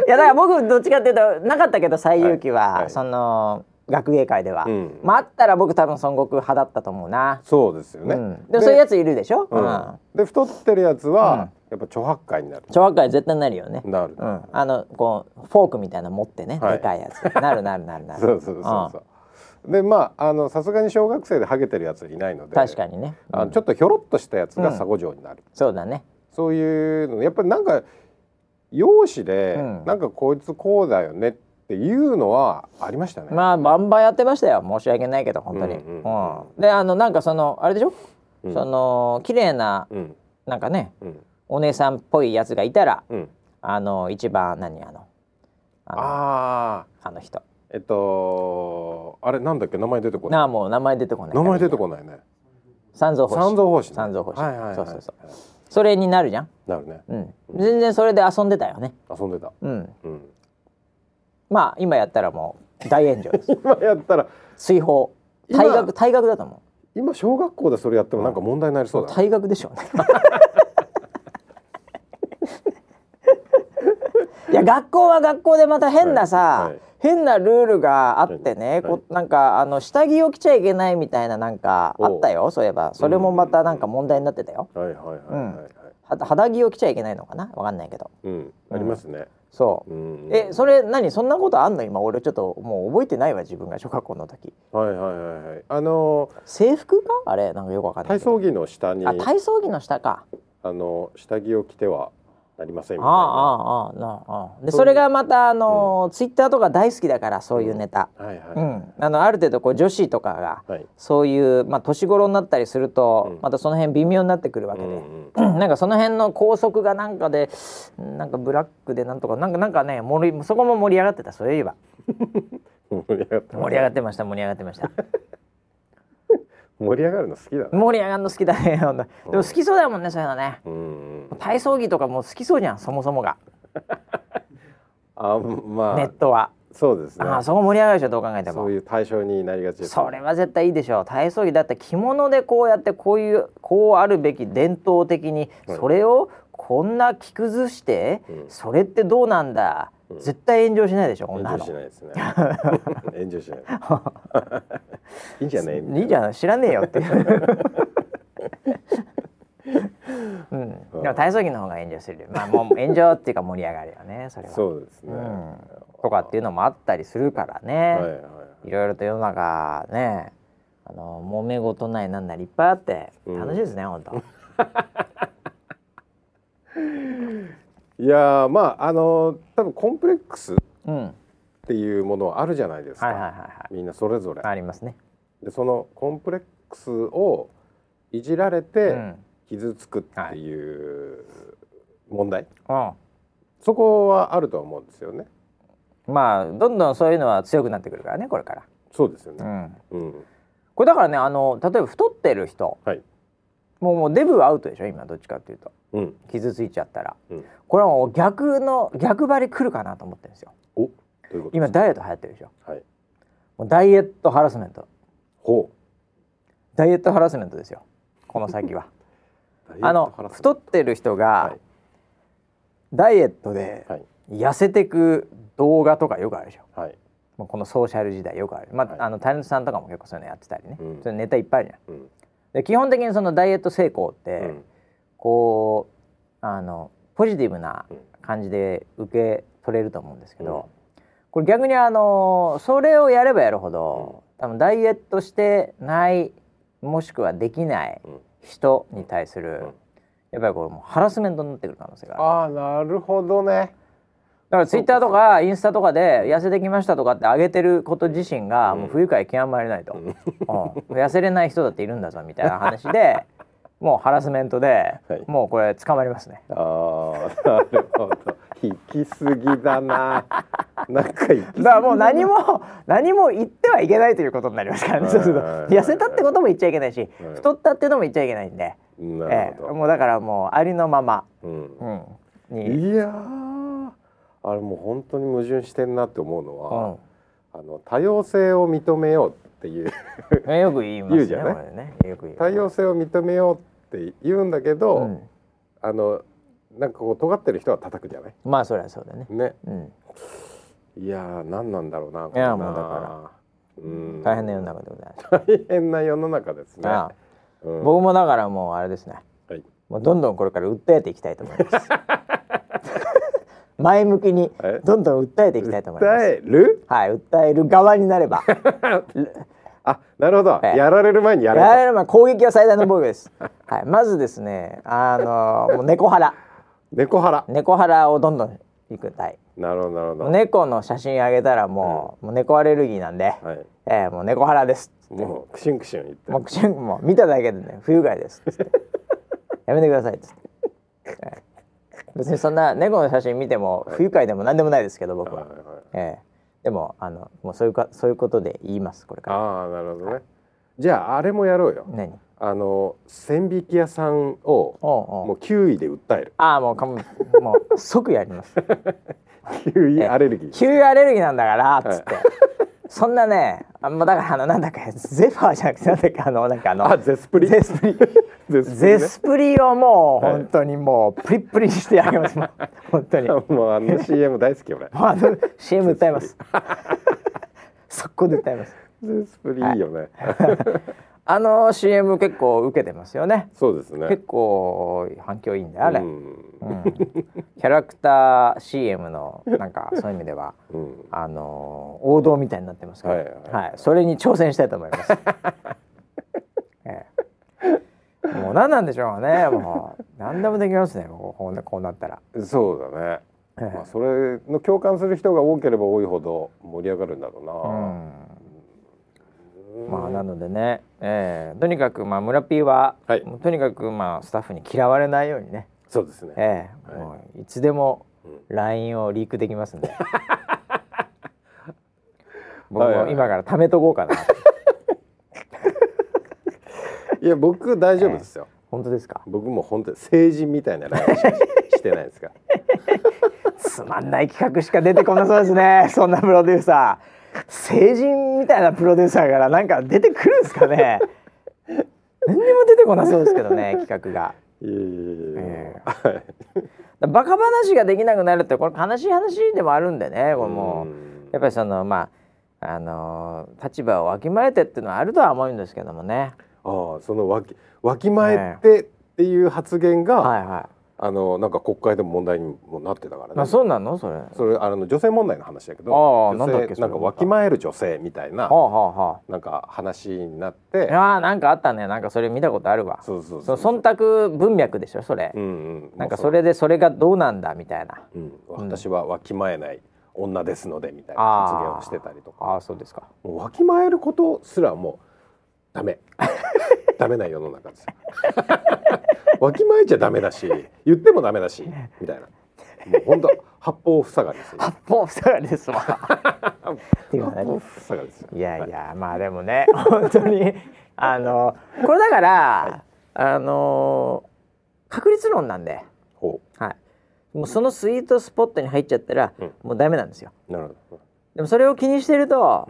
S1: いやだから僕どっちかっていうとなかったけど西遊記は、
S2: はいはい
S1: その学芸会では、
S2: うん
S1: まああったら僕多分孫悟空派だったと思うな、
S2: そうですよね。
S1: うん、でもそういうやついるでしょ、う
S2: うんんで太ってるやつは、やっぱ著白海になる。
S1: 小学会絶対なるよね
S2: なる。
S1: うん、あのこうフォークみたいなの持ってね、
S2: は
S1: で
S2: い
S1: かいや
S2: (laughs)
S1: つなるなるなるなる
S2: そうそうそうそう。でまああのさすがに小学生でハゲてるやついないので。
S1: 確かにね、
S2: あ
S1: う
S2: の
S1: ん
S2: ちょっとひょろっとしたやつが佐護城になる。
S1: そうだね
S2: そういうのやっぱりなんか容姿で、
S1: うん
S2: なんかこいつこうだよねっていうのはありましたね。
S1: まあバンバンやってましたよ申し訳ないけど本当に、う
S2: うんんうんうん
S1: であのなんかそのあれでしょ、
S2: うん
S1: その綺麗な
S2: うん
S1: なんかね
S2: うん
S1: お姉さんっぽいやつがいたら
S2: うん。
S1: あの一番何あのあのあ
S2: ああ
S1: の人
S2: えっとあれなんだっけ名前出てこない。
S1: なあもう名前出てこない
S2: 名前出て
S1: ない
S2: こないね。
S1: 三蔵法師
S2: 三蔵法師ね。
S1: 三蔵法師
S2: はいはいはい。
S1: そうそうそうそれになるじゃん、
S2: なるね。
S1: うん、全然それで遊んでたよね
S2: 遊んでた。
S1: うん
S2: うん。 (laughs)
S1: まあ今やったらもう大炎上です
S2: (laughs) 今やったら
S1: 追放
S2: 今
S1: 退学退学だと思
S2: 今小学校でそれやってもなんか問題になりそう
S1: う
S2: だ、ね。
S1: 退学でしょうね (laughs) いや学校は学校でまた変なさ、
S2: はいはい
S1: 変なルールがあってね、
S2: はい
S1: こなんかあの下着を着ちゃいけないみたいななんかあ
S2: おう
S1: ったよそういえばそれもまたなんか問題になってたよ、
S2: はいはいはいはいはい。
S1: は肌着を着ちゃいけないのかなわかんないけど
S2: うん、ありますね。
S1: そう、
S2: うん。
S1: えそれ何そんなことあんの今俺ちょっともう覚えてないわ自分が小学校の時
S2: はいはいはいはい。あの
S1: 制服かあれなんかよくわかんない
S2: 体
S1: けど
S2: 操着の下に
S1: あ体操着の下か
S2: あの下着を着てはなりませんみたいな。
S1: ああああなあああで
S2: そういう
S1: それがまたあの、ツイッターとか大好きだからそういうネタ、
S2: はいはい、
S1: うんあのある程度こう女子とかが
S2: はい。
S1: そういう、まあ、年頃になったりすると、
S2: うん
S1: またその辺微妙になってくるわけ
S2: う
S1: で、
S2: んうん。
S1: なんかその辺の校則がなんかでなんかブラックでなんとかなんかなんかね盛りそこも盛り上がってたそういえば
S2: 盛り上がった
S1: 盛り上がってました盛り上がってました
S2: 盛り上がるの好きだな。
S1: 盛り上がるの好きだねほんとでも好きそうだもんねそういうのね
S2: うんうん。
S1: 体操着とかもう好きそうじゃんそもそもが
S2: あまあ、
S1: ネットは、
S2: そうですね。
S1: ああそこ盛り上がるでしょどう考えても
S2: そういう対象になりがちですね、
S1: それは絶対いいでしょう体操着だって着物でこうやってこういうこうあるべき伝統的に
S2: はい
S1: それをこんな着崩して、
S2: うん
S1: それってどうなんだ、絶対炎上しないでしょこんな
S2: 炎
S1: の
S2: 上しないです
S1: (laughs)
S2: ね。炎上しない。いいんじゃない。
S1: いいじゃん知らねえよっていう。 (laughs) うん、でも体操着の方が炎上するよまあもう炎上っていうか盛り上がるよねそれは
S2: そうですね。
S1: う
S2: は
S1: ん、とかっていうのもあったりするから
S2: い
S1: ね、
S2: はい
S1: いろいろと世の中ねあの揉め事ないなんなりいっぱいあって
S2: うん
S1: 楽しいですね、ほん、本
S2: いやーまああの多分コンプレックスっ
S1: 当。うん。はい
S2: ていうものはあるじゃないですか。
S1: はいはいは
S2: みんなそれぞれ
S1: い。。ありますね。
S2: でそのコンプレックスをいじられ
S1: う
S2: て
S1: ん。
S2: 傷つくっていう問題、
S1: うん。
S2: そこはあるとは思うんですよね。
S1: まあどんどんそういうのは強くなってくるからねこれか
S2: そうですよ
S1: ら。
S2: ね。
S1: うん。
S2: うん。
S1: これだからねあの例えば太ってる人
S2: はい。
S1: もうもうデブはアウトでしょ今どっちかっていうと
S2: うん
S1: 傷ついちゃったら
S2: うん
S1: これはもう逆の逆張り来るかなと思ってるんですよ
S2: おどういうこと
S1: 今ダイエット流行ってるでしょ
S2: はい
S1: もうダイエットハラスメント
S2: ほ
S1: ダイエットハラスメントですよこの先 (laughs) は
S2: う
S1: あの太ってる人が
S2: はい
S1: ダイエットで
S2: はい
S1: 痩せてく動画とかよくあるでしょ
S2: はい
S1: もうこのソーシャル時代よくある、まあ
S2: はい
S1: あのタレントさんとかも結構そういうのやってたりね、
S2: うん
S1: そういうネタいっぱいあるじゃん
S2: うん
S1: で基本的にそのダイエット成功って、
S2: うん
S1: こうあのポジティブな
S2: うん
S1: 感じで受け取れると思うんですけど、
S2: うん
S1: これ逆にあのそれをやればやるほど、多分ダイエットしてないもしくはできない
S2: うん
S1: 人に対する、
S2: うん
S1: やっぱりこれもうハラスメントになってくる可能性がある。
S2: ああなるほどね
S1: だからツイッターとかインスタとかで痩せてきましたとかって上げてること自身がもう不愉快極まれないと、うん痩せれない人だっているんだぞみたいな話でもうハラスメントで、
S2: はい
S1: もうこれ捕まりますね
S2: あーなるほど (laughs) 行き過ぎだななんか行き過ぎ
S1: だからもう何も何も言ってはいけないということになりますからね
S2: はい
S1: そうすると
S2: はいはいはい
S1: 痩せたってことも言っちゃいけないし
S2: はい
S1: 太ったってのも言っちゃいけないんで、
S2: な
S1: え
S2: る
S1: え
S2: ほど、
S1: もうだからもうありのまま、
S2: うん
S1: うん、に、うん
S2: いやーあれもう本当に矛盾してんなって思うのは、あの多様性を認めようっていう
S1: (laughs) えよく言います
S2: 言
S1: ね
S2: うじゃない
S1: これねよく言う
S2: 多様性を認めようって言うんだけど、
S1: うん
S2: あのなんかこう尖ってる人は叩くじゃない
S1: まあそりゃそうだね、
S2: ね
S1: うん、
S2: いやー何なんだろうない
S1: や
S2: これな
S1: もうだか
S2: うん、
S1: 大変な世の中でございます
S2: 大変な世の中ですね
S1: ああ
S2: うん
S1: 僕もだからもうあれですね
S2: はい
S1: もうどんどんこれから訴えていきたいと思います
S2: (laughs)
S1: 前向きに
S2: え
S1: どんどん訴えていきたいと思いま
S2: 訴
S1: す
S2: える
S1: はい訴える側になれば
S2: あなるほど
S1: ええ
S2: やられる前にや
S1: や
S2: れと
S1: られれば攻撃は最大の防御
S2: (laughs)
S1: です、はい、まずですねあのもう猫腹
S2: 猫腹
S1: 猫腹をどんどんいくたい
S2: なるほどなるほど、
S1: 猫の写真あげたらもう,、もう猫アレルギーなんで、
S2: はい
S1: えーもう猫腹です
S2: もうクシュンクシュン言って
S1: もう口もう見ただけでね不愉快
S2: (laughs)
S1: ですっつってやめてくださいっつってええ別にそんな猫の写真見ても不愉快でも何でもないですけど僕
S2: はい
S1: は、
S2: はいはい
S1: ええでもあのもうそういうかそういうことで言いますこれから
S2: ああなるほどね。じゃああれもやろうよ。
S1: 何
S2: あの千匹屋さんを
S1: おうお
S2: も
S1: う
S2: う9位で訴える。
S1: ああもうかももう即やります
S2: 9位アレルギー。
S1: 給油アレルギーなんだからっつって、そんなねあもうだからあのなんだっけゼファーじゃなくてなんだっけあのなんかあの
S2: (laughs) あゼスプリ。
S1: ゼスプリ
S2: (laughs) ゼスプリ
S1: ゼ
S2: ね
S1: スプリをもう
S2: はい
S1: 本当にもうプリップリにしてあげ
S2: (laughs)
S1: ますもう本当にもう
S2: もうあの CM 大好き俺。
S1: あの CM 歌い
S2: (laughs)
S1: ます速攻で歌います (laughs)
S2: ゼスプリいいよね。
S1: あの CM 結構受けてますよね
S2: そうですね。
S1: 結構反響いいんだよあれ、
S2: う
S1: うん
S2: ん
S1: キャラクター CM のなんかそういう意味では
S2: うん
S1: あのー王道みたいになってますから、
S2: は
S1: はいい
S2: はい
S1: それに挑戦したいと思い
S2: (laughs)
S1: ます。ええ、もう何なんでしょうね、もう何でもできますね、もうこうなこうなったら。
S2: そうだね。
S1: ええ
S2: まあそれの共感する人が多ければ多いほど盛り上がるんだろ
S1: うんまあなのでね、ええとにかくまあ村 P は、
S2: はい
S1: もうとにかくまあスタッフに嫌われないようにね、
S2: うな。そうですね。
S1: ええ
S2: はい
S1: もういつでも
S2: うん
S1: LINE をリークできますん
S2: (laughs)
S1: で。僕
S2: はいはい
S1: も
S2: はい
S1: 今から貯めとこうか
S2: (laughs)
S1: な。
S2: いや僕大丈夫ですよ。
S1: 本当ですか。
S2: 僕も本当に成人みたいなライブししてないですか。
S1: つまんない企画しか出てこなそうですね
S2: (laughs)
S1: そんなプロデューサー成人みたいなプロデューサーからなんか出てくるんですかね何にも出てこなそうですけど
S2: (laughs)
S1: ね企画が
S2: いやいやいやいや
S1: え
S2: はい。
S1: バカ話ができなくなるってこれ悲しい話でもあるんでねこれも
S2: う
S1: うんやっぱりそのまああのー立場をわきまえてっていうのはあるとは思うんですけどもね
S2: ああそのわきわきまえてっていう発言が、
S1: はいは
S2: あのなんか国会でも問題にもなってたから
S1: いあ
S2: ね。
S1: そうなのそれは
S2: それあの女性問題の話だけど、
S1: ああ
S2: 女性
S1: なんだっけそれ
S2: んかわきまえる女性みたいな
S1: あはあは
S2: なんか話になっ
S1: あい
S2: て、
S1: やーなんかあったねなんかそれ見たことあるわ
S2: そうそう
S1: そ
S2: そうう。
S1: 忖度文脈でしょそれ、
S2: うんうん。
S1: なんかそれでそれがどうなんだみたいな
S2: もうその、うん、私はわきまえない女ですのでみたいな
S1: ああ
S2: 発言をしてたりとか、
S1: ああそうですか
S2: もうわきまえることすらもうダメ。 (laughs) ダメな世の中ですよ。 (laughs) わきまえちゃダメだし、言ってもダメだし、みたいな。もう本当八方塞がりですよ。
S1: 八方塞がりです (laughs) わっていうの
S2: 八
S1: はね
S2: 方塞がりですよ。
S1: (laughs) いやいやまあでもね本当にあのこれだから、あのー確率論なんで、
S2: ほ
S1: はい、もうそのスイートスポットに入っちゃったら、
S2: うん
S1: もうダメなんですよ
S2: う。なるほど。
S1: でもそれを気にしてると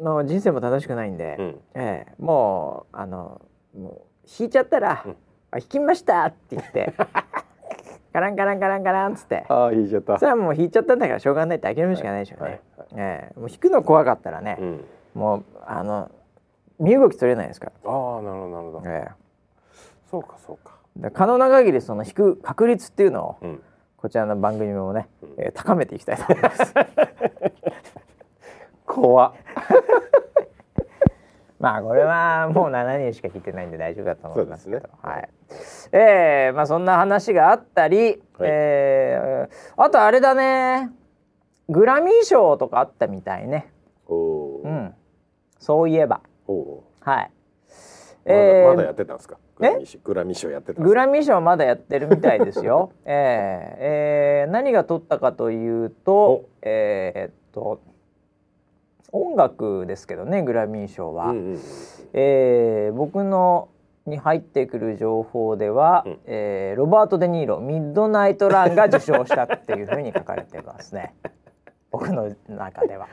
S2: う、ん。
S1: もう人生も楽しくないんで、
S2: うん。
S1: ええもうあのもう引いちゃったら「
S2: うん
S1: あ引きました!」って言
S2: (laughs)
S1: って「カランカランカランカラン」っつって
S2: ああ、いいじゃった。
S1: それはもう引いちゃったんだからしょうがないって諦めるしかないでしょうね、
S2: はいはい
S1: ええもう引くの怖かったらね
S2: う、ん。
S1: もうあの身動き取れないですか
S2: ああ、なるほど、なるほど。
S1: ら、ええ
S2: そうか、そうか。
S1: だから可能な限りその引く確率っていうのを
S2: うん。
S1: こちらの番組もね、
S2: うん
S1: えー高めていきたいと思います。
S2: (laughs) 怖っ。
S1: (laughs) まあこれはもう7人しか聞いてないんで大丈夫だと思いますけど
S2: そうですね
S1: はいえーまあ、そんな話があったり、えーあとあれだねグラミー賞とかあったみたいね
S2: おお
S1: う
S2: ー。
S1: んそういえば
S2: おお
S1: はい、
S2: ー。ま
S1: え
S2: だ
S1: ー
S2: まだやってたんですか。グラミー賞グラミー賞やってたんですか。
S1: グラミー賞まだやってるみたいです
S2: (laughs)
S1: よえーえー何が取ったかというと
S2: お
S1: えーっと音楽ですけどねグラミー賞は。
S2: うんうんうん。
S1: えー僕のに入ってくる情報では、
S2: うん
S1: えーロバート・デ・ニーロ「ミッドナイト・ラン」が受賞したっていうふうに書かれてます
S2: (laughs)
S1: ね僕の中では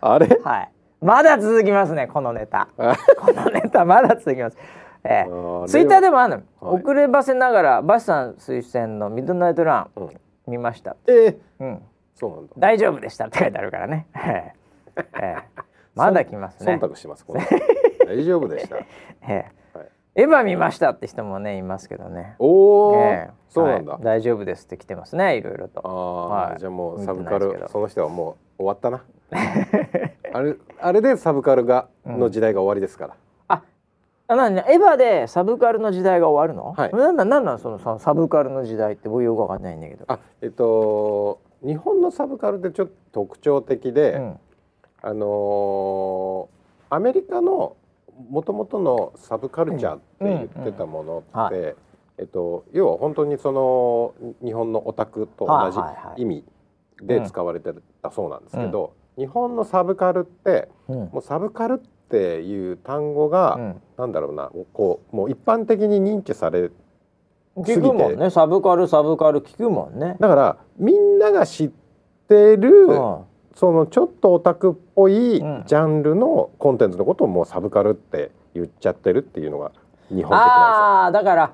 S2: あれ。
S1: はいまだ続きますねこのネタ
S2: (laughs) あ
S1: このネタまだ続きますえー
S2: ー
S1: ツイッターでもあるの、
S2: はい
S1: 遅ればせながらバシさん推薦の「ミッドナイト・ラン
S2: うん。」
S1: 見ました、
S2: えー、
S1: うん、
S2: そうなんだ。
S1: 大丈夫でしたって書いてあるからね、えー
S2: (laughs)
S1: えーまだ来ますね
S2: 忖度します。この大丈夫でした。
S1: ええ
S2: はい
S1: エヴァ見ましたって人もねいますけどね。
S2: おお、
S1: ええ
S2: そうなんだ。
S1: はい大丈夫ですって来てますねいろいろ
S2: あ
S1: と。
S2: あ、
S1: はい
S2: じゃあもうサブカ
S1: 見てないですけ
S2: ル
S1: ど
S2: その人はもう終わっ
S1: (laughs)
S2: たな。あれあれでサブカルがの時代が終わりですから。
S1: ああなんねエヴァでサブカルの時代が終わるの？
S2: はい
S1: なんなんなんなんそのさサブカルの時代って僕よくわかんないんだけど。
S2: あえっと日本のサブカルってちょっと特徴的で、
S1: うん
S2: あのーアメリカの元々のサブカルチャーって言ってたものって、
S1: うん
S2: えっと、要は本当にその日本のオタクと同
S1: はいはいはい
S2: じ意味で使われてたそうなんですけど、日本のサブカルって
S1: うん
S2: もうサブカルっていう単語が、なんだろうなこうもう一般的に認知され
S1: うん聞くもんねサブカルサブカル聞くもんね。
S2: だからみんなが知ってる、
S1: うん
S2: そのちょっとオタクっぽいジ
S1: うん
S2: ャンルのコンテンツのことをもうサブカルって言っちゃってるっていうのが日本的なん
S1: ああだから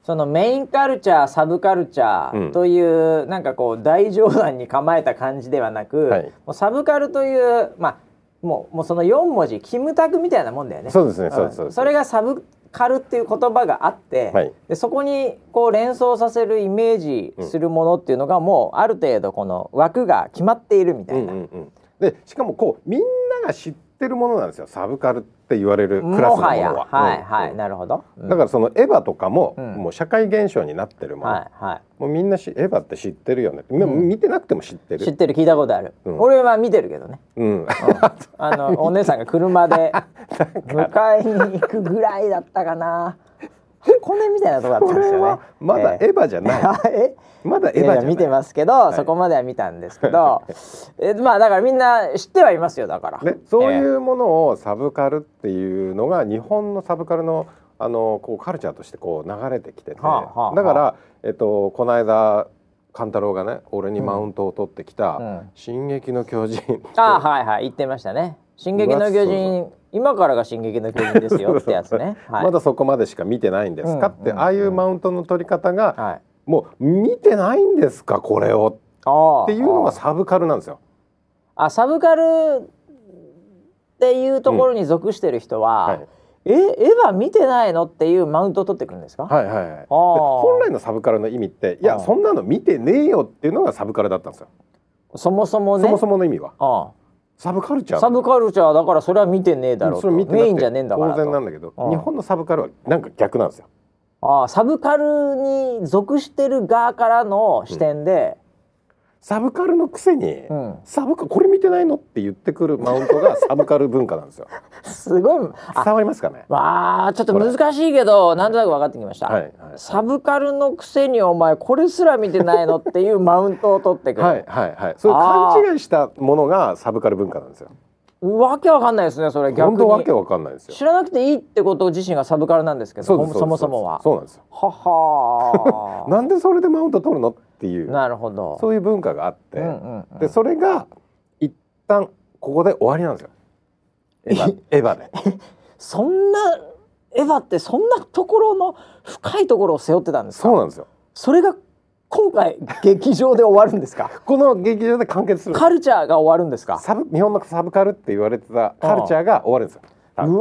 S1: そのメインカルチャーサブカルチャ
S2: う
S1: ー
S2: ん
S1: という、なんかこう大冗談に構えた感じではなく、
S2: はい
S1: もうサブカルというまあもうもうその4文字キムタクみたいなもんだよね。
S2: ですよ。そうですね、そうですそう
S1: うん
S2: です。
S1: それがサブカルっていう言葉があって、
S2: はい
S1: でそこにこう連想させるイメージするものっていうのがもうある程度この枠が決まっているみた
S2: う
S1: い
S2: んう
S1: な。
S2: んうん。でしかもこうみんなが知ってるものなんですよ。サブカルって言われるクラスのものは。
S1: もはやはいはい、
S2: うん
S1: なるほど。うん
S2: だからそのエヴァとかも、
S1: うん
S2: もう社会現象になってるもの。
S1: はいはい。
S2: もうみんなしエヴァって知ってるよね。み見てなくても知って
S1: 知っ
S2: る。
S1: てる聞いたことある、
S2: うん
S1: 俺は見てるけどね
S2: うん。 (laughs)
S1: あのお姉さんが車で迎えに行くぐらいだったかな箱根みたいなとこだった
S2: こ
S1: んです
S2: れ
S1: よね
S2: はまだエヴァじゃない。
S1: (laughs) え
S2: まだエ
S1: え
S2: ヴ
S1: いやい
S2: ァ
S1: や
S2: じゃない。
S1: 見てますけど、そこまでは見たんですけど (laughs) えまあだからみんな知ってはいますよだから、
S2: ね、そう
S1: え
S2: い
S1: え
S2: うものをサブカルっていうのが日本のサブカルのあのこうカルチャーとしてこう流れてきてて、
S1: はあはあはあ
S2: だから、えっと、この間勘太郎がね俺にマウントを取ってきた「
S1: うん
S2: 進撃の巨人」
S1: ああはいはい言ってましたね「進撃の巨
S2: う
S1: 人」今からが「進撃の巨人」ですよってやつね、はい、
S2: まだそこまでしか見てないんですか
S1: うん
S2: って、
S1: うん
S2: ああいうマウントの取り方が、
S1: はい
S2: もう見てないんですかこれを
S1: ああ
S2: っていうのがサブカルなんですよ。
S1: あサブカルっていうところに属してる人は、
S2: はい
S1: えエヴァ見てないのっていうマウントを取ってくるんですか、
S2: はいはいはい、で本
S1: 本
S2: 来のサブカルの意味っていや
S1: あー
S2: そんなの見てねえよっていうのがサブカルだったんですよ。
S1: そもそもね
S2: そもそもの意味は
S1: あ
S2: サブカルチャ
S1: あ
S2: ー
S1: サブカルチャーだからそれは見てねえだろうと
S2: それ見てなく
S1: メ
S2: て
S1: インじゃねえんだから
S2: 当然なん
S1: と
S2: だけど
S1: うん
S2: 日本のサブカルはなんか逆なんですよ
S1: ああサブカルに属してる側からの視点で、
S2: サブカルのくせに、
S1: うん
S2: サブカこれ見てないのって言ってくるマウントがサブカル文化なんですよ
S1: すごい (laughs) あ
S2: 伝わりますかね
S1: わあちょっと難しいけどなんとなく分かってきました、
S2: はいはい
S1: サブカルのくせにお前これすら見てないのっていうマウントを取ってくる、
S2: はいはいはいそういう
S1: あー
S2: 勘違いしたものがサブカル文化なんですよ
S1: わけわかんないですねそれ逆
S2: 本
S1: に
S2: 当わけわかんないですよ
S1: 知らなくていいってこと自身がサブカルなんですけど
S2: そうです
S1: そもそもは
S2: そうなんですよ
S1: ははー
S2: なんでそれでマウント取るのって (laughs) いう
S1: なるほど
S2: そういう文化があって、
S1: うんうんうん
S2: でそれが一旦ここで終わりなんですよ
S1: (laughs)
S2: エヴァエヴァで
S1: そんなエヴァってそんなところの深いところを背負ってたんですか
S2: そうなんですよ
S1: それが今回劇場で終わるんです
S2: (laughs)
S1: か
S2: この劇場で完結する
S1: カルチャーが終わるんですか
S2: サブ日本のサブカルって言われてたカルチャーが終わるんですよ多分
S1: う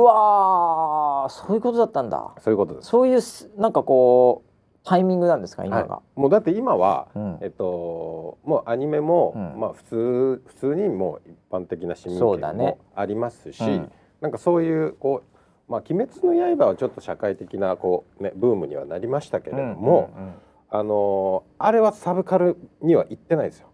S1: わーそういうことだったんだ
S2: そういうことです、
S1: そういうすなんかこうタイミングなんですか今が、
S2: はい、もうだって今は、
S1: うん
S2: えっともうアニメも、
S1: うん
S2: まあ普通普通にもう一般的な市民
S1: そうだ
S2: 権
S1: ね
S2: もありますし、
S1: うん
S2: なんかそういうこうまあ鬼滅の刃はちょっと社会的なこうねブームにはなりましたけれども、
S1: うんうんうん
S2: あのーあれはサブカルには行ってないですよ。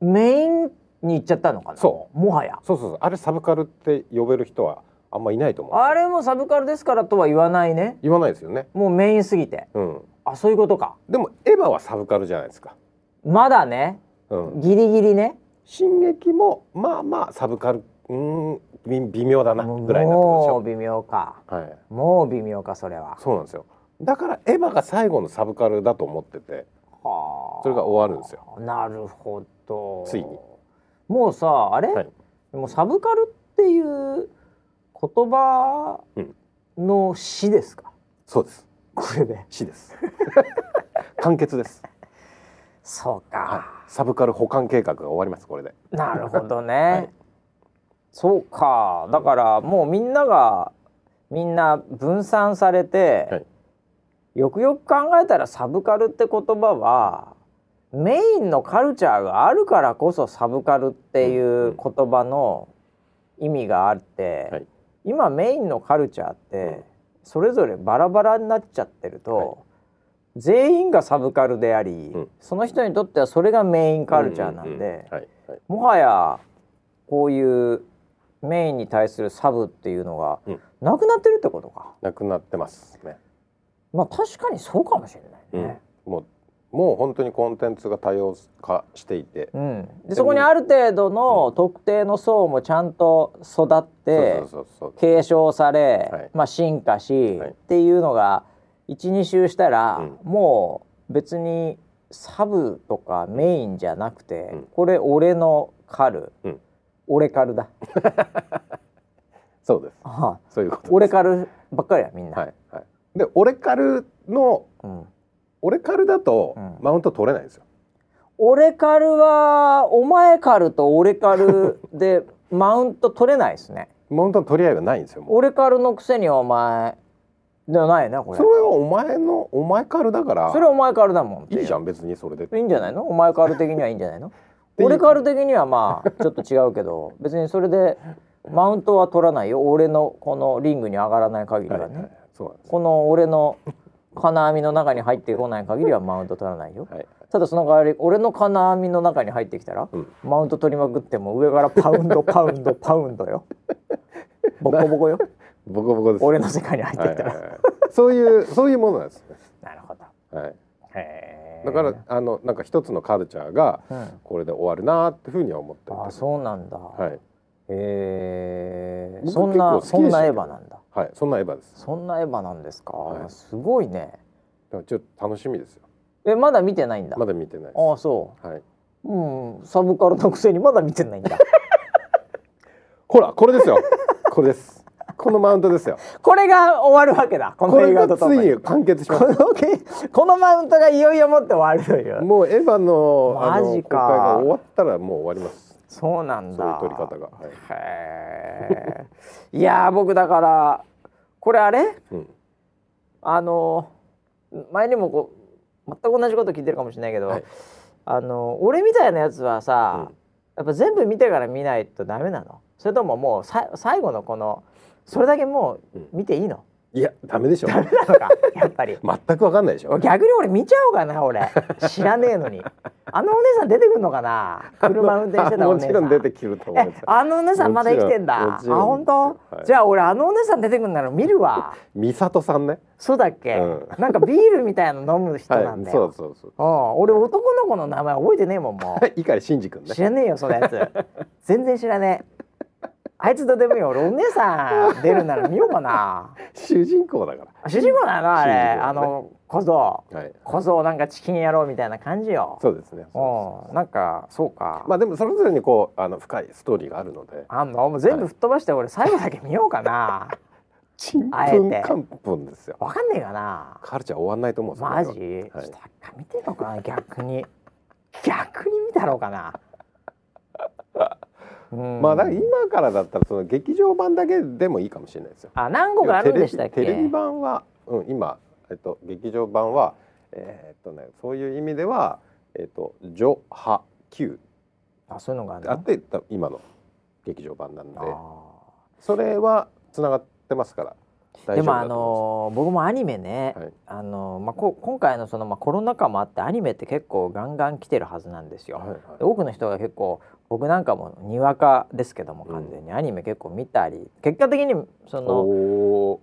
S1: メインに行っちゃったのかな
S2: そう
S1: もはや
S2: そうそうそうあれサブカルって呼べる人はあんまいないと思う。
S1: あれもサブカルですからとは言わないね
S2: 言わないですよね。
S1: もうメインすぎて
S2: うん。
S1: あそういうことか
S2: でもエヴァはサブカルじゃないですか。
S1: まだね
S2: うん。
S1: ギリギリね
S2: 進撃もまあまあサブカルうーん微微妙だな
S1: もう
S2: ぐらいなと
S1: も
S2: こ
S1: う微妙か
S2: でしょ。はい。
S1: もう微妙かそれは
S2: そうなんですよ。だからエヴァが最後のサブカルだと思ってて
S1: はあ
S2: それが終わるんですよ。
S1: なるほど
S2: ついに
S1: もうさあれ、
S2: はい
S1: もうサブカルっていう言葉
S2: うん
S1: の死ですか、
S2: そうです。
S1: これで
S2: 死です。完結です。
S1: そうか、
S2: はい。サブカル保管計画が終わりますこれで。
S1: なるほどね、
S2: い
S1: そうかだからもうみんながみんな分散されて、
S2: はい
S1: よくよく考えたらサブカルって言葉はメインのカルチャーがあるからこそサブカルっていう言葉の意味があって、
S2: はい
S1: 今メインのカルチャーってそれぞれバラバラになっちゃってると、
S2: はい
S1: 全員がサブカルであり、
S2: ん
S1: その人にとってはそれがメインカルチャーなんで。
S2: うううはいはい。
S1: もはやこういうメインに対するサブっていうのが
S2: うん
S1: なくなってるってことか、
S2: なくなってますね。
S1: まあ確かにそうかもしれないね、
S2: もうもう本当にコンテンツが多様化していて、
S1: うんでそこにある程度の特定の層もちゃんと育って
S2: そうそうそうそう
S1: 継承され、
S2: はい
S1: まあ、進化し、
S2: はい
S1: っていうのが12周したら、
S2: うん
S1: もう別にサブとかメインじゃなくて、
S2: うん
S1: これ俺のカル、
S2: うん
S1: 俺カルだ、
S2: そうです
S1: あ
S2: そういうことです
S1: 俺カルばっかりやみんな、
S2: はいはいで俺カルの
S1: うん
S2: 俺カルだと
S1: うん
S2: マウント取れないんですよ、
S1: 俺カルはお前カルと俺カルでマウント取れないです (laughs) ね
S2: マウントの取り合いがないんですよもう
S1: 俺カルのくせにお前ではないなこれ
S2: それはお前のお前カルだから
S1: それお前カルだもんって
S2: いいじゃん別にそれで
S1: いいんじゃないのお前カル的にはいいんじゃ (laughs) ないの
S2: いう
S1: 俺カル的にはまあちょっと違うけど別にそれでマウントは取らないよ俺のこのリングに上がらない限り
S2: はいは
S1: はいね、
S2: はいそうなんです
S1: この俺の金網の中に入ってこない限りはマウント取らないよ
S2: はい
S1: ただその代わり俺の金網の中に入ってきたら、
S2: うん
S1: マウント取りまくっても上からパウンドパウンドパウンド
S2: (laughs)
S1: よボコボコよ
S2: ボコボコです
S1: 俺の世界に入ってきたら、
S2: はいはいはいそういうそういうものなんですね
S1: なるほど
S2: はい
S1: へえ
S2: だから、あのなんか一つのカルチャーが
S1: うん
S2: これで終わるなーっていうふうには思ってる
S1: あそうなんだ、
S2: はい
S1: へえ
S2: 僕
S1: そんな
S2: 結
S1: そ
S2: 構
S1: ん
S2: 好きで
S1: なエ
S2: したけど
S1: ヴァなんだ
S2: はいそんなエヴァです
S1: そんなエヴァなんですか、
S2: はい
S1: すごいね
S2: だからちょっと楽しみですよ
S1: えまだ見てないんだ、
S2: まだ見てないです
S1: ああそ
S2: はい。
S1: ううんサブカルのくせにまだ見てないんだ
S2: ほら、これですよ。 (laughs) これです。このマウントですよ。
S1: これが終わるわけ (laughs) だこ
S2: こ
S1: の映
S2: れ
S1: 画
S2: が
S1: と
S2: つ
S1: とも
S2: い
S1: に
S2: に完結しま
S1: このけこのマウントがいよいよもって終わるという
S2: す。もうエヴァのあの
S1: マジ
S2: 公
S1: か
S2: 開が終わったらもう終わります。
S1: そうなん
S2: そうい
S1: だ
S2: う撮り方が。はい。
S1: へえいやー僕だからこれあれ
S2: うん。
S1: あの前にもこう全く同じこと聞いてるかもしれないけど、
S2: はい
S1: あの俺みたいなやつはさ、
S2: うん
S1: やっぱ全部見てから見ないとダメなのそれとももうさ最後のこのそれだけもう見ていいの、 (laughs)
S2: いや、ダメでしょ。
S1: ダメなのかやっぱり
S2: 全くわかんないでしょ。
S1: 逆に俺見ちゃおうかな俺知らねえのにあのお姉さん出てくんのかな車運転してたお姉さん
S2: (laughs) もちろん出てきると思いま
S1: え
S2: す。
S1: あのお姉さんまだ生きてんだ
S2: も
S1: あ
S2: ちろんも
S1: 本
S2: ちろん
S1: 当
S2: ですよはい
S1: じゃあ俺あのお姉さん出てくんなら見る
S2: (laughs)
S1: わ
S2: 美里さんね。
S1: そうだっけ、
S2: うん
S1: なんかビールみたいなの飲む人
S2: は
S1: なん
S2: い。
S1: だよ、
S2: そうそうそう。
S1: うん俺男の子の
S2: (laughs)
S1: 名前覚えてねえもんも
S2: はい、碇真司君
S1: う
S2: ね
S1: 知。らねえよそのやつ全然知らねえあいつどうでもいいよ俺お姉さん出るなら見ようかな
S2: 主人公だか
S1: あ主人公なのあれ、
S2: 主人公だね
S1: あの小僧
S2: ら。はい。
S1: 小僧なんかチキン野郎みたいな感じよ
S2: そうですね。
S1: おなんかそうか、
S2: まあでもそれぞれにこうあの深いストーリーがあるので。
S1: あんのもう全部吹っ飛ばして俺最後だけ見ようかな
S2: ちん
S1: あえ
S2: ぷん
S1: て
S2: かんぷんですよ。
S1: わかんねえかな
S2: カルチャー終わんないと思うんですよ
S1: マジ、
S2: これ
S1: ちょっとあ見てんのかな逆に逆に見たろうかな、うん
S2: はまあだから今からだったらその劇場版だけでもいいかもしれないですよ。
S1: あ何個かあるんでしたっけ
S2: テレビテレビ版は、うん、今、えっと、劇場版は、えーっとね、そういう意味では、えっと、ジョハ Q
S1: あそういうのがある
S2: あって多分今の劇場版なんでそれはつながってますから
S1: あー
S2: 大
S1: で
S2: 丈夫
S1: もあ
S2: だと
S1: の
S2: 思
S1: ー僕もアニメね、
S2: いますはい
S1: あのーまあ、こ今回のその、まあ、コロナ禍もあってアニメって結構ガンガン来てるはずなんですよ。
S2: はいはい
S1: で多くの人が結構僕なんかもにわかですけども完全にアニメ結構見たり、結果的にその
S2: お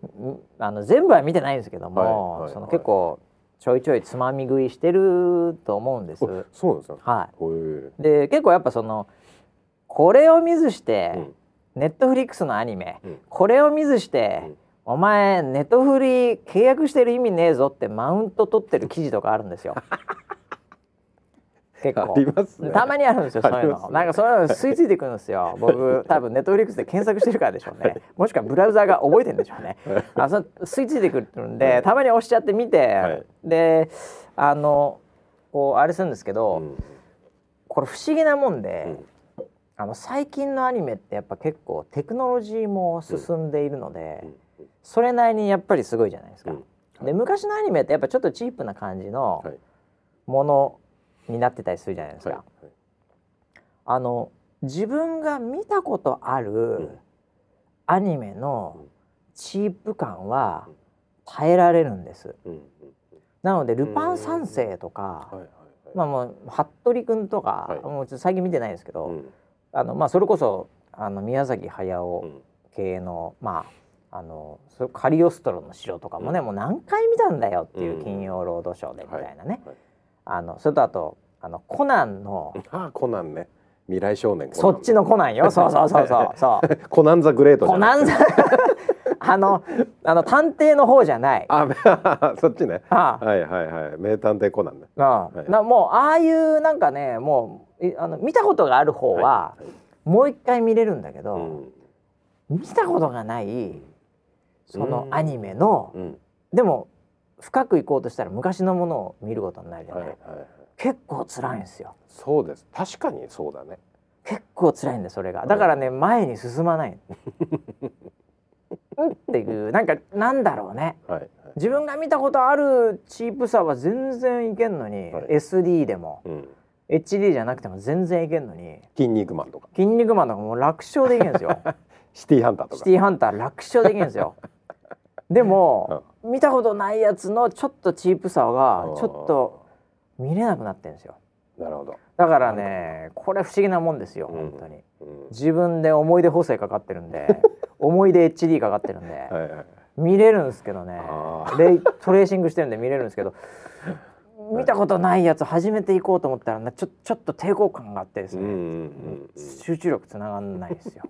S2: ー
S1: んあの全部は見てないんですけども、
S2: はいはい
S1: その
S2: はい
S1: 結構ちょいちょいつまみ食いしてると思うんです。
S2: おそうなんですよ
S1: は
S2: へー
S1: い、で結構やっぱそのこれを見ずして、
S2: うん
S1: ネットフリックスのアニメ、
S2: うん
S1: これを見ずして、
S2: うん
S1: お前ネットフリ契約してる意味ねえぞってマウント取ってる記事とかあるん
S2: (laughs)
S1: ですよ。結
S2: あ
S1: 構
S2: りますね
S1: (laughs) たまにあるんですよそういう
S2: ありま
S1: の、
S2: すね
S1: なんかそういうの吸い付いてくるんですよ僕多分ネットフリックスで検索してるからでしょうねもしくはブラウザーが覚えてるんでしょうねあその吸い付いてくるんでたまに押しちゃって見て、
S2: はい
S1: であのこうあれするんですけど、
S2: うん
S1: これ不思議なもんで、
S2: うん
S1: あの最近のアニメってやっぱ結構テクノロジーも進んでいるので、
S2: うん
S1: それなりにやっぱりすごいじゃないですか。
S2: うんはい
S1: で昔のアニメってやっぱちょっとチープな感じの
S2: はい
S1: ものになってたりするじゃないですか。
S2: はいはい
S1: あの自分が見たことある
S2: ん
S1: アニメの
S2: うん
S1: チープ感は
S2: うん
S1: 耐えられるんです。
S2: うんうん
S1: なので「ルパン三世」とか、
S2: はいはいはい
S1: まあもう服部君とか、
S2: はい
S1: もうちょっと最近見てないですけど、
S2: うん
S1: あのまあそれこそあの宮崎駿
S2: うん
S1: 系の、まああのそれカリオストロの城とかもね、もう何回見たんだよっていううん金曜ロードショーでみたいなね、
S2: はい
S1: あのそれとあとあのコナンの
S2: ああコナンね未来少年コナ
S1: そ
S2: ン
S1: っちのコナンよそうそうそうそうそう
S2: (laughs) コナンザグレートじ
S1: コ
S2: ゃな
S1: ナ
S2: く
S1: ン
S2: て
S1: さん (laughs) あのあの探偵の方じゃないあ
S2: あ (laughs) そっちね
S1: あ、
S2: はいはいはい名探偵コナンね
S1: なあ
S2: はい
S1: なもうああいうなんかねもういあの見たことがある方は、
S2: いはい
S1: もう一回見れるんだけ
S2: う
S1: ど、
S2: ん
S1: 見たことがないそのアニメの、
S2: うん
S1: でも深く行こうとしたら昔のものを見ることになるじゃ
S2: は
S1: ないい、
S2: はいはい
S1: 結構辛いんですよ
S2: そうです確かにそうだね
S1: 結構辛いんだそれがだからね、前に進まない (laughs) うんっていうなんかなんだろうね
S2: はいはい
S1: 自分が見たことあるチープさは全然いけんのに、
S2: はい
S1: SD でも
S2: うん、
S1: HD じゃなくても全然いけんのに
S2: 筋肉マンとか
S1: 「筋肉マン」とかもう楽勝でいけんです
S2: (laughs)
S1: よ
S2: シティーハンターと
S1: シ
S2: か
S1: ティーハンター楽勝でいけんです
S2: (laughs)
S1: よでも、見たことないやつのちょっとチープさがちょっと見れなくなってるんですよ
S2: なるほど、
S1: だからねこれ不思議なもんですよ、
S2: うん
S1: 本当に
S2: うん
S1: 自分で思い出補正かかってる
S2: (laughs)
S1: んで思い出 HD かかってるんで、
S2: はいはいはい
S1: 見れるんですけどね
S2: あー
S1: レイトレーシングしてるんで見れるんですけど見たことないやつ初めて行こうと思ったらなちょちょっと抵抗感があってです
S2: うん
S1: ね、
S2: うんうんうん
S1: 集中力つながんないですよ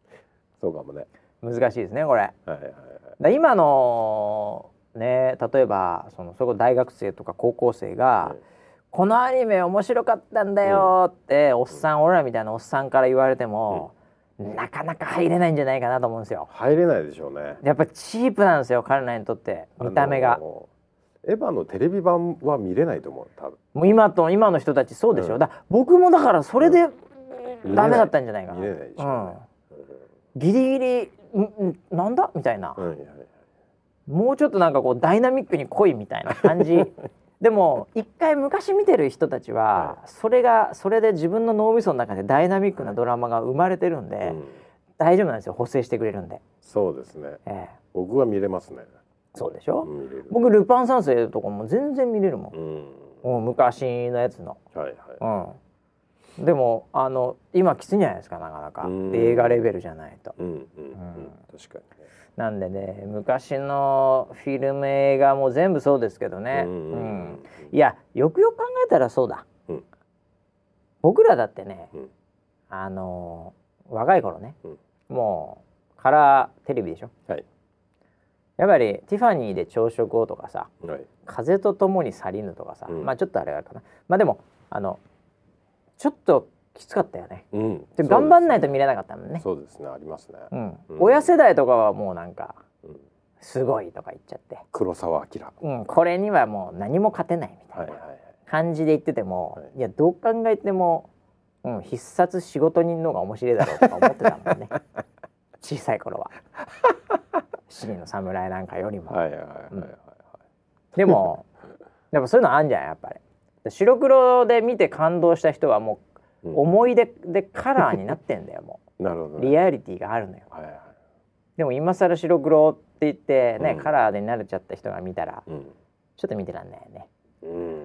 S1: (laughs)
S2: そうかもね
S1: 難しいですねこれ
S2: はいはいはい
S1: だ今のね例えばそのそれこそ大学生とか高校生が、
S2: はい
S1: このアニメ面白かったんだよって、おっさん俺らみたいなおっさんから言われても、なかなか入れないんじゃないかなと思うんですよ
S2: 入れないでしょうね
S1: やっぱチープなんですよ彼らにとって見た目
S2: あ
S1: が、
S2: のエヴァのテレビ版は見れないと思う多分
S1: もう今と今の人たちそうでしょ、
S2: うん
S1: だ僕もだからそれで
S2: うん
S1: ダメだったんじゃないかな、
S2: 見れないでし
S1: う
S2: ょ
S1: ん、ギリギリんんなんだみたいな、
S2: うんはいはい
S1: もうちょっとなんかこうダイナミックに濃いみたいな感
S2: (laughs)
S1: じでも一回昔見てる人たちは、それがそれで自分の脳みその中でダイナミックなドラマが生まれてるんで、
S2: うん
S1: 大丈夫なんですよ補正してくれるんで、
S2: そうですね
S1: ええ
S2: 僕は見れますね
S1: そうでしょ、
S2: 見れる
S1: 僕「ルパン三世」とかも全然見れるもん
S2: う、ん
S1: もう昔のやつの、
S2: はいはい
S1: うん、でもあの今きついんじゃないですかなかなか
S2: うん
S1: 映画レベルじゃないと
S2: うんうんうん
S1: うん
S2: 確かにね
S1: なんでね昔のフィルム映画も全部そうですけどね、
S2: うんうんうん
S1: うんいやよくよく考えたらそうだ、
S2: うん
S1: 僕らだってね、
S2: うん
S1: あのー若い頃ね、
S2: うん
S1: もうカラーテレビでしょ
S2: はい
S1: やっぱりティファニーで朝食をとかさ
S2: はい
S1: 風とともに去りぬとかさ、
S2: うん
S1: まあちょっとあれがあるかなまあでもあのちょっときつかったよね
S2: うん
S1: で頑張んない
S2: と
S1: と見れなかったもんね
S2: そうですねありますね
S1: う、ん
S2: うん
S1: 親世代とかはもうなんか
S2: うん
S1: すごいとか言っちゃって、
S2: 黒澤明は
S1: うん、これにはもう何も勝てないみたいない
S2: はいはい
S1: 感じで言ってても、
S2: はい
S1: い、やどう考えても、うん、必殺仕事人の方が面白いだろうとか思ってた
S2: (laughs)
S1: もんね小さい頃は七人の侍なんかよりも、
S2: はいはいはいはい
S1: でもやっぱそういうのあんじゃんやっぱり白黒で見て感動した人はもう
S2: うん
S1: 思い出でカラーになってんだよも
S2: なるほど
S1: う
S2: ね
S1: リアリティがあるのよ
S2: はいはい
S1: でも今更白黒って言ってね、
S2: うん
S1: カラーで慣れちゃった人が見たら
S2: うん
S1: ちょっと見てらんないよね
S2: うん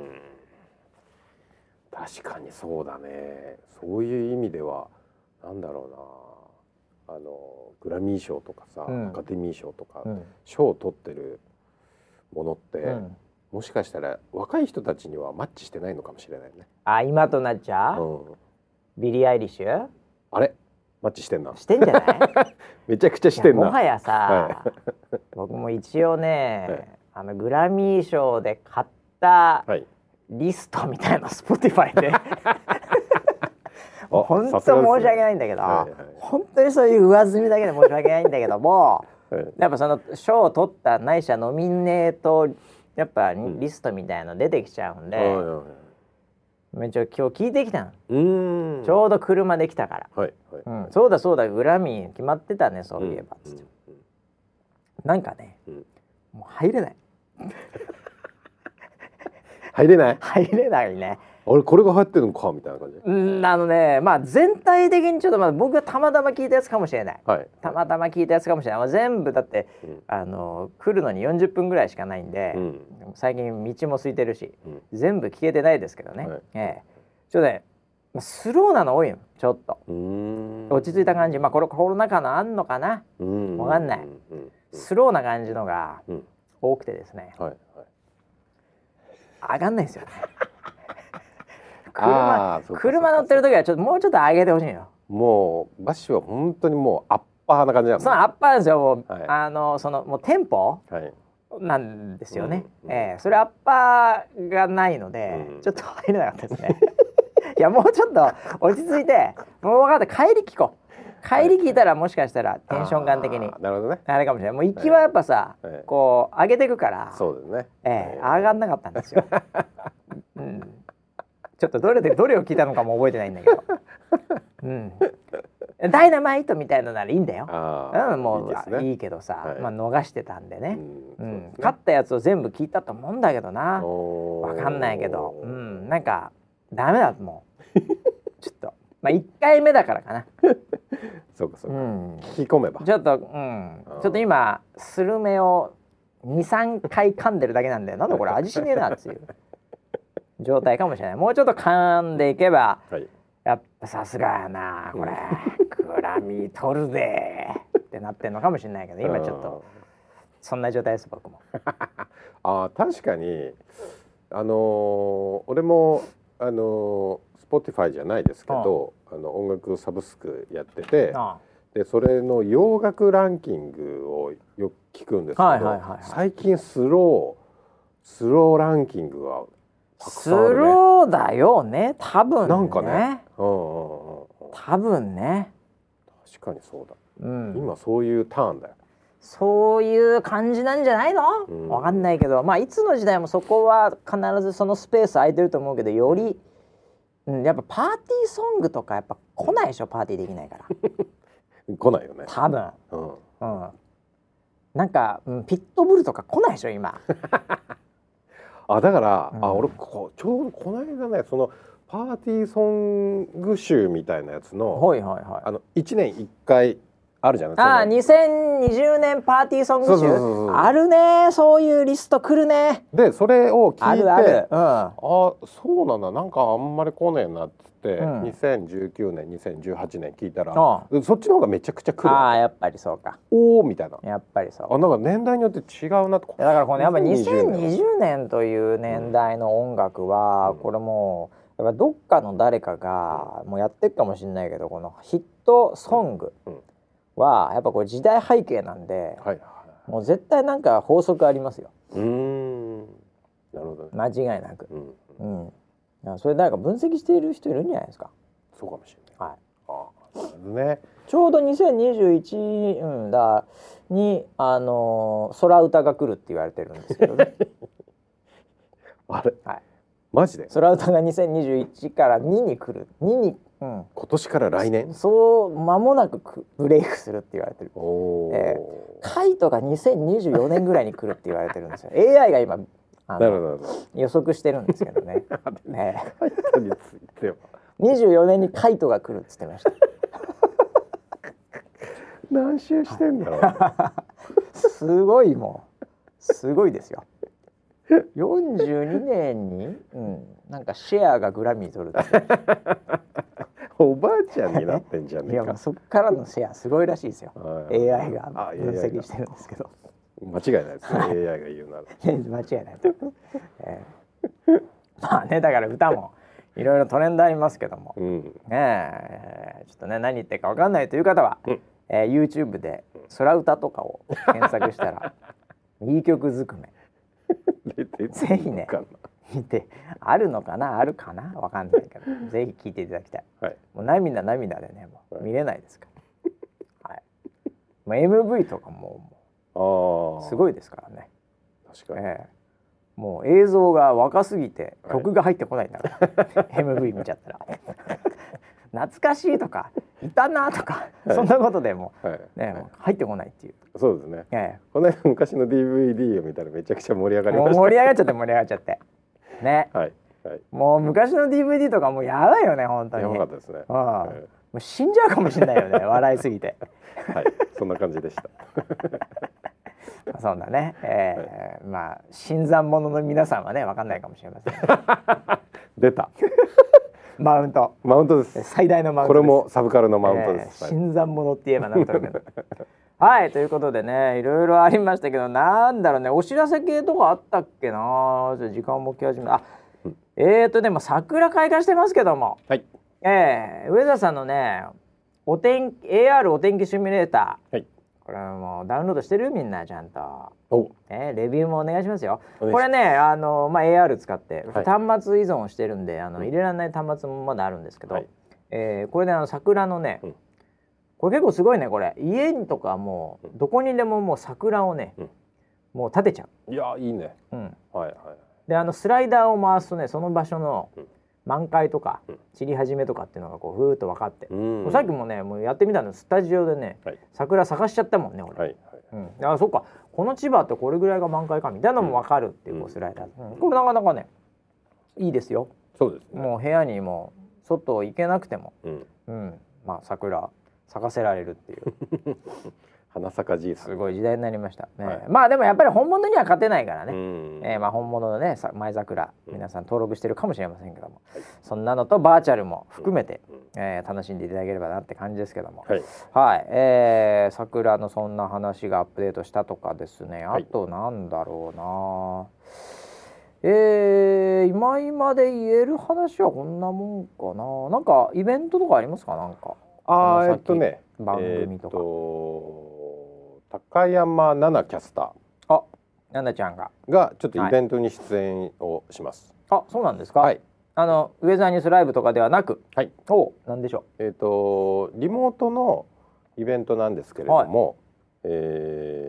S2: 確かにそうだねそういう意味ではなんだろうなあのグラミー賞とかさ、
S1: うん
S2: アカデミー賞とか、
S1: うん、
S2: 賞を取ってるものって、
S1: うん、
S2: もしかしたら若い人たちにはマッチしてないのかもしれないね、
S1: あ今となっちゃう、
S2: うん、
S1: ビリー・アイリッシュ
S2: あれマッチしてんな
S1: してんじゃない
S2: めちゃくちゃ (laughs) してん
S1: いやもは
S2: な
S1: やさ、僕も一応ね、
S2: はい
S1: あのグラミー賞で買った
S2: はい
S1: リストみたいな Spotify
S2: (laughs)
S1: で本当
S2: さ
S1: 申
S2: すがですね
S1: し訳ないんだけど、
S2: はいはい
S1: 本当にそういう上積みだけで申し訳ないんだけども
S2: はい
S1: やっぱその賞を取ったないしはノミネートやっぱ
S2: ん
S1: リストみたいの出てきちゃうんで、
S2: はいはいはい
S1: めっちゃ今日聞いてきたの、
S2: うーん
S1: ちょうど車で来たから、
S2: はいはい
S1: うんそうだそうだグラミー決まってたねそういえば、つって
S2: うん
S1: なんかね
S2: うんうん
S1: もう入れない (laughs)
S2: 入れない
S1: 入れないね
S2: あれこれが入ってるのかみたいな感じ
S1: うんあのねまあ全体的にちょっとまあ僕がたまたま聞いたやつかもしれない
S2: はい
S1: たまたま聞いたやつかもしれない、まあ、全部だって
S2: うん
S1: あの来るのに40分ぐらいしかないんで、
S2: うん
S1: 最近道も空いてるし
S2: うん
S1: 全部聞けてないですけどね、
S2: はい
S1: ええちょっとねまあスローなの多いよちょっと
S2: うーん
S1: 落ち着いた感じまあこれコロナ禍のあんのかな
S2: うん
S1: わかんない
S2: うんうん
S1: スローな感じのが
S2: うん
S1: 多くてですね
S2: はいはい
S1: 上がんないですよ
S2: (laughs)
S1: ね車
S2: あーそうか
S1: 車乗ってる時はちょっともうちょっと上げてほしいのよ
S2: もうバッシュは本当にもうアッパーな感じなん
S1: そのアッパーですよもう、
S2: はい
S1: あのそのもうテンポ
S2: はい
S1: なんですよね、
S2: うんうん
S1: ええそれアッパーがないので、
S2: うん
S1: ちょっと入れなかったですね (laughs) いやもうちょっと落ち着いてもう分かった帰り聞こう帰り聞いたらもしかしたらテンション感的に
S2: あーなるほどね
S1: あれかもしれないもう行きはやっぱさ、
S2: はい
S1: こう上げていくから、
S2: そうですね
S1: ええ上がんなかったん
S2: (laughs)
S1: ですよ、うん、ちょっとどれでどれを聞いたのかも覚えてないんだけど、うん、ダイナマイトみたいのならいいんだよ
S2: あー
S1: うん、もう
S2: いいですね
S1: いいけどさ、
S2: はい
S1: まあ逃してたんでね、う
S2: うんんそうですね
S1: 勝ったやつを全部聞いたと思うんだけどな
S2: わ
S1: わかんないけど、うん、なんかダメだもうちょっとまあ1回目だからかな、
S2: そう (laughs) かそう
S1: う
S2: か、
S1: ん、
S2: 聞き込めば
S1: ちょっとうん
S2: うん
S1: ちょっと今スルメを23回噛んでるだけなんでなんだこれ味しねえなっていう状態かもしれないもうちょっと噛んでいけば
S2: はい
S1: やっぱさすがやなこれグラミー取るぜってなってんのかもしれないけど今ちょっとそんな状態です僕も。
S2: あー確かにあのー俺もあのー Spotify じゃないですけどあの音楽サブスクやってて
S1: あ
S2: でそれの洋楽ランキングをよく聞くんですけど、
S1: はいはいはいはい
S2: 最近スロースローランキングがたく
S1: ス
S2: さんあるね
S1: ローだよね多分ね
S2: なんかねうんうんうんうん
S1: 多分ね、
S2: 確かにそうだ、
S1: うん、
S2: 今そういうターンだよ
S1: そういう感じなんじゃないの、
S2: うん
S1: わかんないけどまあいつの時代もそこは必ずそのスペース空いてると思うけどより、うん、やっぱパーティーソングとかやっぱ来ないでしょパーティーできない
S2: (laughs)
S1: から
S2: 来ないよね
S1: 多分、
S2: うん
S1: うん、なんか、うん、ピットブルとか来ないでしょ今
S2: あだから、
S1: うん
S2: あ俺こちょうどこの間ねそのパーティーソング集みたいなやつの
S1: いはいは
S2: あの1年1回あるじゃない
S1: ああ
S2: その
S1: 2020年パーティーソング集
S2: そうそうそうそう
S1: あるねそういうリスト来るね
S2: でそれを聞いて
S1: あるあるうん
S2: あそうなんだなんかあんまり来ねえなっつって、
S1: うん
S2: 2019年2018年聞いたら
S1: あ
S2: そっちの方がめちゃくちゃ来る
S1: あ
S2: わ
S1: あやっぱりそうか
S2: おおみたいな
S1: やっぱりそう
S2: あなんか年代によって違うなって
S1: いやだからこのねやっぱ
S2: 2020
S1: 2020年という年代の音楽は、
S2: うん
S1: これもうやっぱどっかの誰かがもうやってるかもしれないけどこのヒットソング
S2: うん
S1: はやっぱこれ時代背景なんで
S2: はい。
S1: もう絶対なんか法則ありますよ
S2: うーん。なるほどね。
S1: 間違いなく。
S2: うん。
S1: うん、いやそれ誰か分析している人いるんじゃないですか。
S2: そうかもしれない。
S1: はい
S2: ああ、なるほどね。
S1: ちょうど2021、うん、だに、あのー空歌が来るって言われてるんですけど
S2: (laughs)
S1: ね
S2: あれ。
S1: はい。
S2: マジで。
S1: 空歌が2021から2に来る2に、う
S2: 今年から来
S1: ん、
S2: 年。
S1: そう間もなくくブレイクするって言われてる
S2: おおー、
S1: えカイトが2024年ぐらいに来るって言われてるんですよ AI が今あ
S2: なるほ
S1: の
S2: どなるほど。
S1: 予測してるんですけど
S2: (laughs)
S1: ねね
S2: カイトについ
S1: (laughs)
S2: ては。
S1: 24年にカイトが来るっつってました
S2: 何周してんだろう。
S1: すごいもうすごいですよ42年に、うん、なんかシェアがグラミー取るって
S2: (laughs) (laughs) おばあちゃんになってんじゃ
S1: い
S2: ねえ
S1: やもう
S2: か。
S1: そっからのシェアすごいらしいですよ。
S2: はい
S1: AI が
S2: あ
S1: 分
S2: AI
S1: 析
S2: が
S1: してるんですけど、
S2: 間違いないですね AI が言うなら
S1: いや (laughs) 間違いないと、えーまあねだから歌もいろいろトレンドありますけども、
S2: うん
S1: ねえちょっとね何言ってるか分かんないという方は、
S2: うん
S1: えー YouTube で空歌とかを検索した
S2: (laughs)
S1: らいい曲ずくめ
S2: 出て
S1: ぜひね
S2: かな
S1: 見てあるのかなあるかな分かんないけどぜひ聴いていただきたい。
S2: はい
S1: もう涙涙でねも
S2: は
S1: う
S2: い
S1: 見れないですから、はい、もう MV とかももう
S2: ああ
S1: す
S2: い
S1: ごいですからね、
S2: 確かに、
S1: ええもう映像が若すぎて
S2: はい
S1: 曲が入ってこないんだから、MV
S2: (laughs)
S1: 見ちゃったら (laughs) 懐かしいとかいたなとか、
S2: はい
S1: そんなことでも
S2: は
S1: う、ね
S2: い、
S1: もう入ってこないっていう、
S2: そうですね
S1: え
S2: この間昔の DVD を見たらめちゃくちゃ盛り上
S1: え
S2: がり
S1: もう
S2: まし
S1: 盛り上がっちゃって盛り上がっちゃってね
S2: たはいはい
S1: もう昔の DVD とかもうやばいよね本当に
S2: やばかったですね
S1: うん
S2: は
S1: もう死んじゃうかもしれない
S2: (laughs)
S1: よね笑いすぎて
S2: いはいそんな感じでした
S1: まあそんなね、ええまあ新参者の皆さんはねわかんないかもしれませんね、
S2: 出た
S1: マウント
S2: マウントです
S1: 最大のマウン
S2: こ
S1: ト
S2: れ
S1: です
S2: もサブカルのマウントで
S1: え
S2: す、
S1: ー
S2: はい
S1: 新参者って言えばなんとなく。 (laughs) はいということでねいろいろありましたけどなんだろうねお知らせ系とかあったっけなちょっと時間も来始めたあ、えーとでも桜開花してますけども、
S2: はい
S1: えー、上田さんのねお天気 AR お天気シミュレーター
S2: はい
S1: これもうダウンロードしてるみんなちゃんと。
S2: お
S1: ね、レビューもお願いしますよ。
S2: お願いします
S1: これね、あのまあ AR 使って、
S2: はい
S1: 端末依存をしてるんで、あの入れられない端末もまだあるんですけど、
S2: はい
S1: えーこれであの桜のね、
S2: うん
S1: これ結構すごいねこれ。家にとかもう
S2: うん
S1: どこにでももう桜をね、
S2: うん
S1: もう立てちゃ
S2: いやいいね
S1: う。うん。
S2: はいは
S1: であのスライダーを回すとね、その場所の
S2: うん
S1: 満開とか
S2: うん
S1: 散り始めとかっていうのがこうふーっと分かって
S2: い、う
S1: も
S2: ん
S1: うさっきもねもうやってみたのスタジオでね、
S2: はい
S1: 桜探しちゃったもんね俺。
S2: はいはい
S1: うん、あそっかこの千葉ってこれぐらいが満開かみたいなのも分かるっていうこ
S2: う
S1: うんスライダー、うんこれなかなかねいいですよ
S2: そうですね
S1: もう部屋にも外行けなくても、
S2: うん
S1: うん、まあ桜咲かせられるっていう (laughs)
S2: 花咲かじいさん
S1: すごい時代になりました、ね
S2: はい
S1: まあでもやっぱり本物には勝てないから
S2: う
S1: ね、
S2: ん
S1: えーまあ本物のねさ前桜
S2: うん
S1: 皆さん登録してるかもしれませんけども、そんなのとバーチャルも含めて、
S2: うん
S1: えー楽しんでいただければなって感じですけども、
S2: はい
S1: はい、えー、桜のそんな話がアップデートしたとかですねあ
S2: はい
S1: となんだろうな、えー、今今で言える話はこんなもんかななんかイベントとかありますかなんか
S2: あ
S1: この
S2: ーえ
S1: 先
S2: っとね
S1: 番組とか
S2: えーっと高山奈々キャスタ
S1: あなんだちゃんが
S2: ーがちょっとイベントに出演をします。
S1: あそうなんですか、
S2: はい。
S1: あのウェザーニュースライブとかではなく
S2: はい。
S1: おなんでしょ
S2: えーっとリモートのイベントなんですけれども、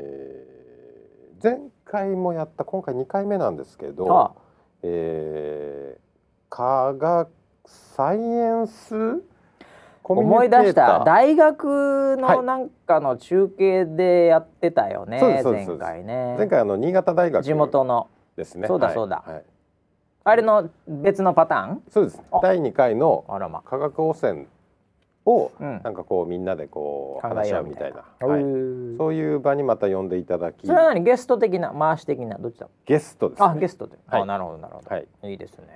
S2: えー前回もやった今回2回目なんですけ
S1: う
S2: ど、
S1: あ
S2: えー科学サイエンスコミュ
S1: 思い
S2: ニケ
S1: 出
S2: ーター
S1: した大学
S2: は
S1: の
S2: い
S1: なんかの中継でやってたよね、
S2: そうですそうです
S1: 前回ね
S2: 前回あの新潟大学
S1: 地元の
S2: ですね。
S1: そうだ
S2: はい
S1: そうだ
S2: はい
S1: あれの別のパターン
S2: そうです。
S1: あ
S2: 第2回の
S1: あらま
S2: 化学汚染を
S1: うん
S2: なんかこうみんなでこう
S1: 考え
S2: 話し
S1: よ
S2: 合
S1: う
S2: うみたいな、
S1: う
S2: はい、
S1: ー
S2: そういう場にまた呼んでいただき
S1: それは何ゲスト的な回し的などっちだ、
S2: ゲストです、
S1: あ
S2: ね、
S1: ゲストで、
S2: はい
S1: あなるほどなるほど、
S2: はい
S1: い、いですね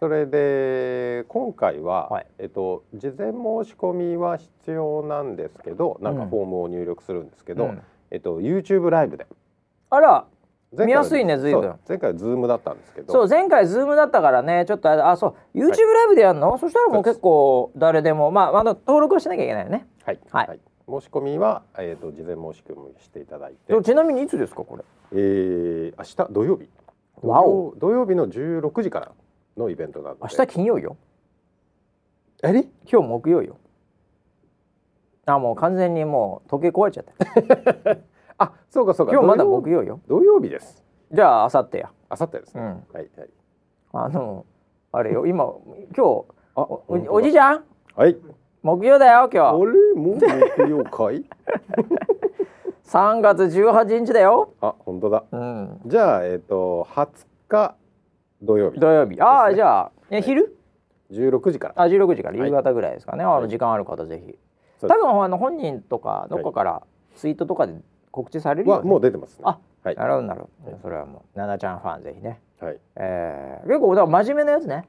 S2: それで今回は、
S1: はい
S2: えっと、事前申し込みは必要なんですけどなんかフォームを入力するんですけど、
S1: うん
S2: えっと、YouTube ライブで
S1: あら
S2: 前回は
S1: 見やすいね随分
S2: そう前回は Zoom だったんですけど
S1: そう前回ズームだったからねちょっとあれあそう YouTube ライブでやるの、そしたらもう
S2: そうです
S1: 結構誰でもまああの登録はしなきゃいけないよね
S2: はい、
S1: はい
S2: 申し込みは、えー、と事前申し込みしていただいて、
S3: ちなみにいつですかこれ
S2: えー、明日土曜日
S1: わお
S2: 土曜日の16時からのイベントなので
S3: 明日金曜よ
S2: えり
S3: 今日木曜よ
S1: あもう完全にもう時計壊れちゃった
S2: あそうかそうか
S3: 今日まだ
S2: 土曜
S3: 木曜よ
S2: 土曜日です
S3: じゃあ明後日や
S2: 明後日です
S3: う
S2: ね、
S3: ん
S2: はいはい
S3: あのあ (laughs) れよ今今日
S2: あ
S3: おおおじいちゃん
S2: はい
S3: 木曜だよ
S2: あれ
S3: 今日
S2: もう木曜かい
S3: 3月18日だよ
S2: あ本当だ
S3: うん
S2: じゃあえっ、と20日土曜日
S3: 土曜日ああ、
S2: ですね
S3: じゃあえ昼
S2: 16時から
S3: あ16時から
S2: はい
S3: 夕方ぐらいですかね、あ
S2: は
S3: の
S2: い
S3: 時間ある方ぜひ
S2: そ
S3: 多
S2: うです
S3: 分あの本人とかどっかからツイートとかで告知されるよ、
S2: は
S3: ね
S2: もう出てますね
S3: あ
S2: はい
S3: なるほどなるほどそれはもう奈々ちゃんファンぜひね
S2: はい
S3: えー、結構だから真面目なやつね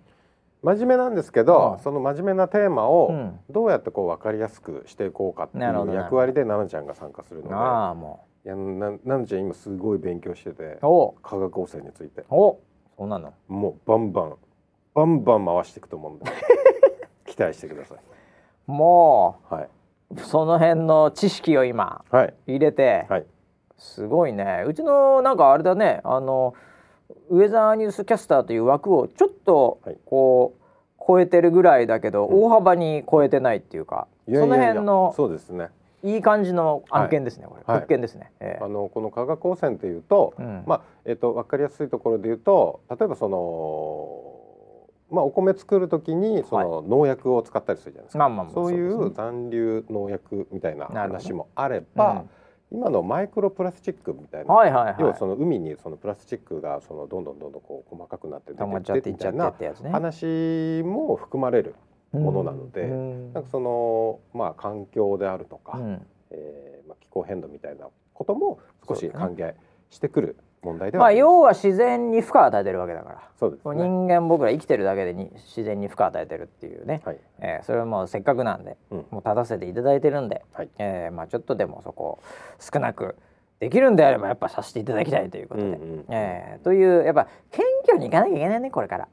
S2: 真面目なんですけど、
S3: うん
S2: その真面目なテーマ
S3: う
S2: を
S3: ん
S2: どうやってこう分かりやすくしていこうかってい
S1: なるほど
S2: う役割で奈々ちゃんが参加するので
S1: ああも
S2: いやな奈々ちゃん今すごい勉強してて
S1: うお
S2: 化学汚染について
S1: おそうなの
S2: もうバンバンバンバン回していくと
S1: (laughs)
S2: 思うんで期待してください
S1: も
S2: はいう
S1: その辺の知識を今
S2: はい
S1: 入れて、
S2: はい
S1: すごいねうちのなんかあれだねあのウェザーニュースキャスターという枠をちょっと
S2: はい
S1: こう、超えてるぐらいだけど、
S2: うん
S1: 大幅に超えてないっていうか
S2: いやいやいや
S1: その辺の
S2: そうですね
S1: いい感じの案件ですね、これ、
S2: はい
S1: 物件ですね、ええ
S2: あのこの化学汚染っていうと、
S1: うん
S2: まあえっ、とわかりやすいところで言うと例えばそのまあお米作るときにその農薬を使ったりするじゃないですか、
S1: まあまあまあ
S2: そうい
S1: です
S2: う
S1: ね
S2: 残留農薬みたいな
S1: なるほど
S2: 話もあれば、今のマイクロプラスチックみたいな、
S1: はいはいはい
S2: 要はその海にそのプラスチックがそのどんどんどんどんこう細かくなって出
S1: 溜まっちゃ
S2: て
S1: っ
S2: ってて
S1: いっ
S2: み
S1: ちゃ
S2: た
S1: っ
S2: い
S1: てってや
S2: な
S1: つね
S2: 話も含まれる、ものなので
S1: うん
S2: なんかそのまあ環境であるとか、
S1: うん
S2: えーまあ、気候変動みたいなことも少
S1: そ
S2: し
S1: うだね
S2: 歓迎してくる問題で
S1: ま
S2: は
S1: あ
S2: あります、
S1: 要は自然に負荷を与えてるわけだから
S2: そうですね。
S1: 人間僕ら生きてるだけでに自然に負荷与えてるっていうね、
S2: はい、
S1: えーそれはもうせっかくなんで、
S2: うん
S1: もう立たせていただいてるんで、
S2: はい
S1: えーまあ、ちょっとでもそこを少なくできるんであればやっぱさせていただきたいということで、
S2: うんうん
S1: えーというやっぱ謙虚にいかなきゃいけないねこれから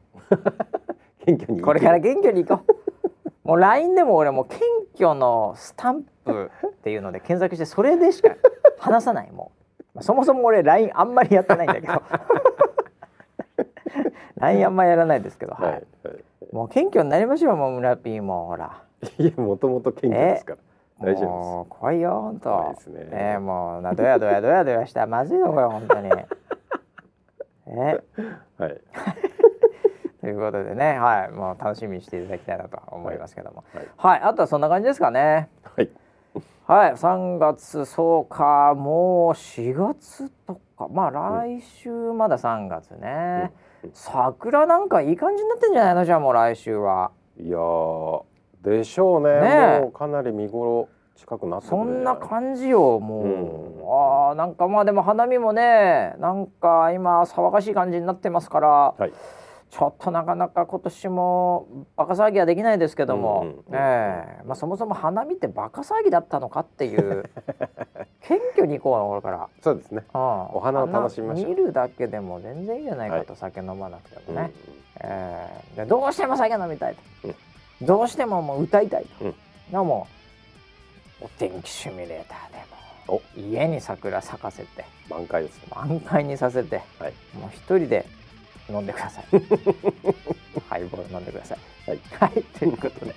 S2: 謙虚に
S1: これから謙虚にいこうもう LINE でも俺もう謙虚のスタンプっていうので検索してそれでしか話さないもう、まあそもそも俺 LINE あんまりやってないんだけど (laughs) LINE あんまやらないですけど、
S2: は
S1: はいい
S2: はい、
S1: もう謙虚になりましょうもう村ピーもほら
S2: いやもともと謙虚ですから大丈夫
S1: もう怖いよ本当
S2: 怖いですね
S1: ええもうなどやどやどやどやしたらまずいよこれ本
S2: (laughs)
S1: 当にえ
S2: です。はい
S1: ということでねはいもう楽しみにしていただきたいなと思いますけども
S2: はい
S1: はい、あとはそんな感じですかね
S2: はい
S1: (laughs) はい3月そうかもう4月とかまあ来週まだ3月ね、
S2: うんうん
S1: 桜なんかいい感じになってんじゃないのじゃあもう来週はい
S2: やーでしょうね
S1: ねえ
S2: もうかなり見頃近くなってく
S1: そ
S2: るじゃい
S1: んな感じよもう、
S2: う
S1: あ
S2: ん
S1: ーなんかまあでも花見もねなんか今騒がしい感じになってますから、
S2: はい
S1: ちょっとなかなか今年もバカ騒ぎはできないですけども、
S2: うんうんうんうん
S1: ええまあ、そもそも花見ってバカ騒ぎだったのかっていう
S2: (laughs)
S1: 謙虚に行こうよこれから、
S2: そうですね
S1: うん、
S2: お花を楽しみましょう
S1: 花見るだけでも全然いいじゃないかと、酒飲まなくてもね、えーでどうしても酒飲みたいと、どうしてももう歌いたいと、
S2: うん
S1: のもうお天気シミュレーターでも家に桜咲かせて
S2: うん満開ですね
S1: 満開にさせて、
S2: はい
S1: もう一人で飲んでく
S2: (laughs)
S1: ださいハイボール飲んでください
S2: はい、
S1: はい、ということで、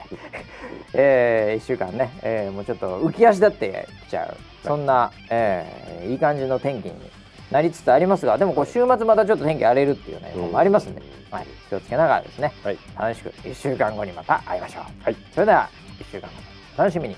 S1: (laughs) え1週間ね、えーもうちょっと浮き足立ってきちゃうそんな、えーいい感じの天気になりつつありますがでもこう週末またちょっと天気荒れるっていうね、もありますんで、
S2: うん
S1: はい、気をつけながらですね
S2: はい
S1: 楽しく1週間後にまた会いましょう、
S2: はい
S1: それでは1週間後楽しみに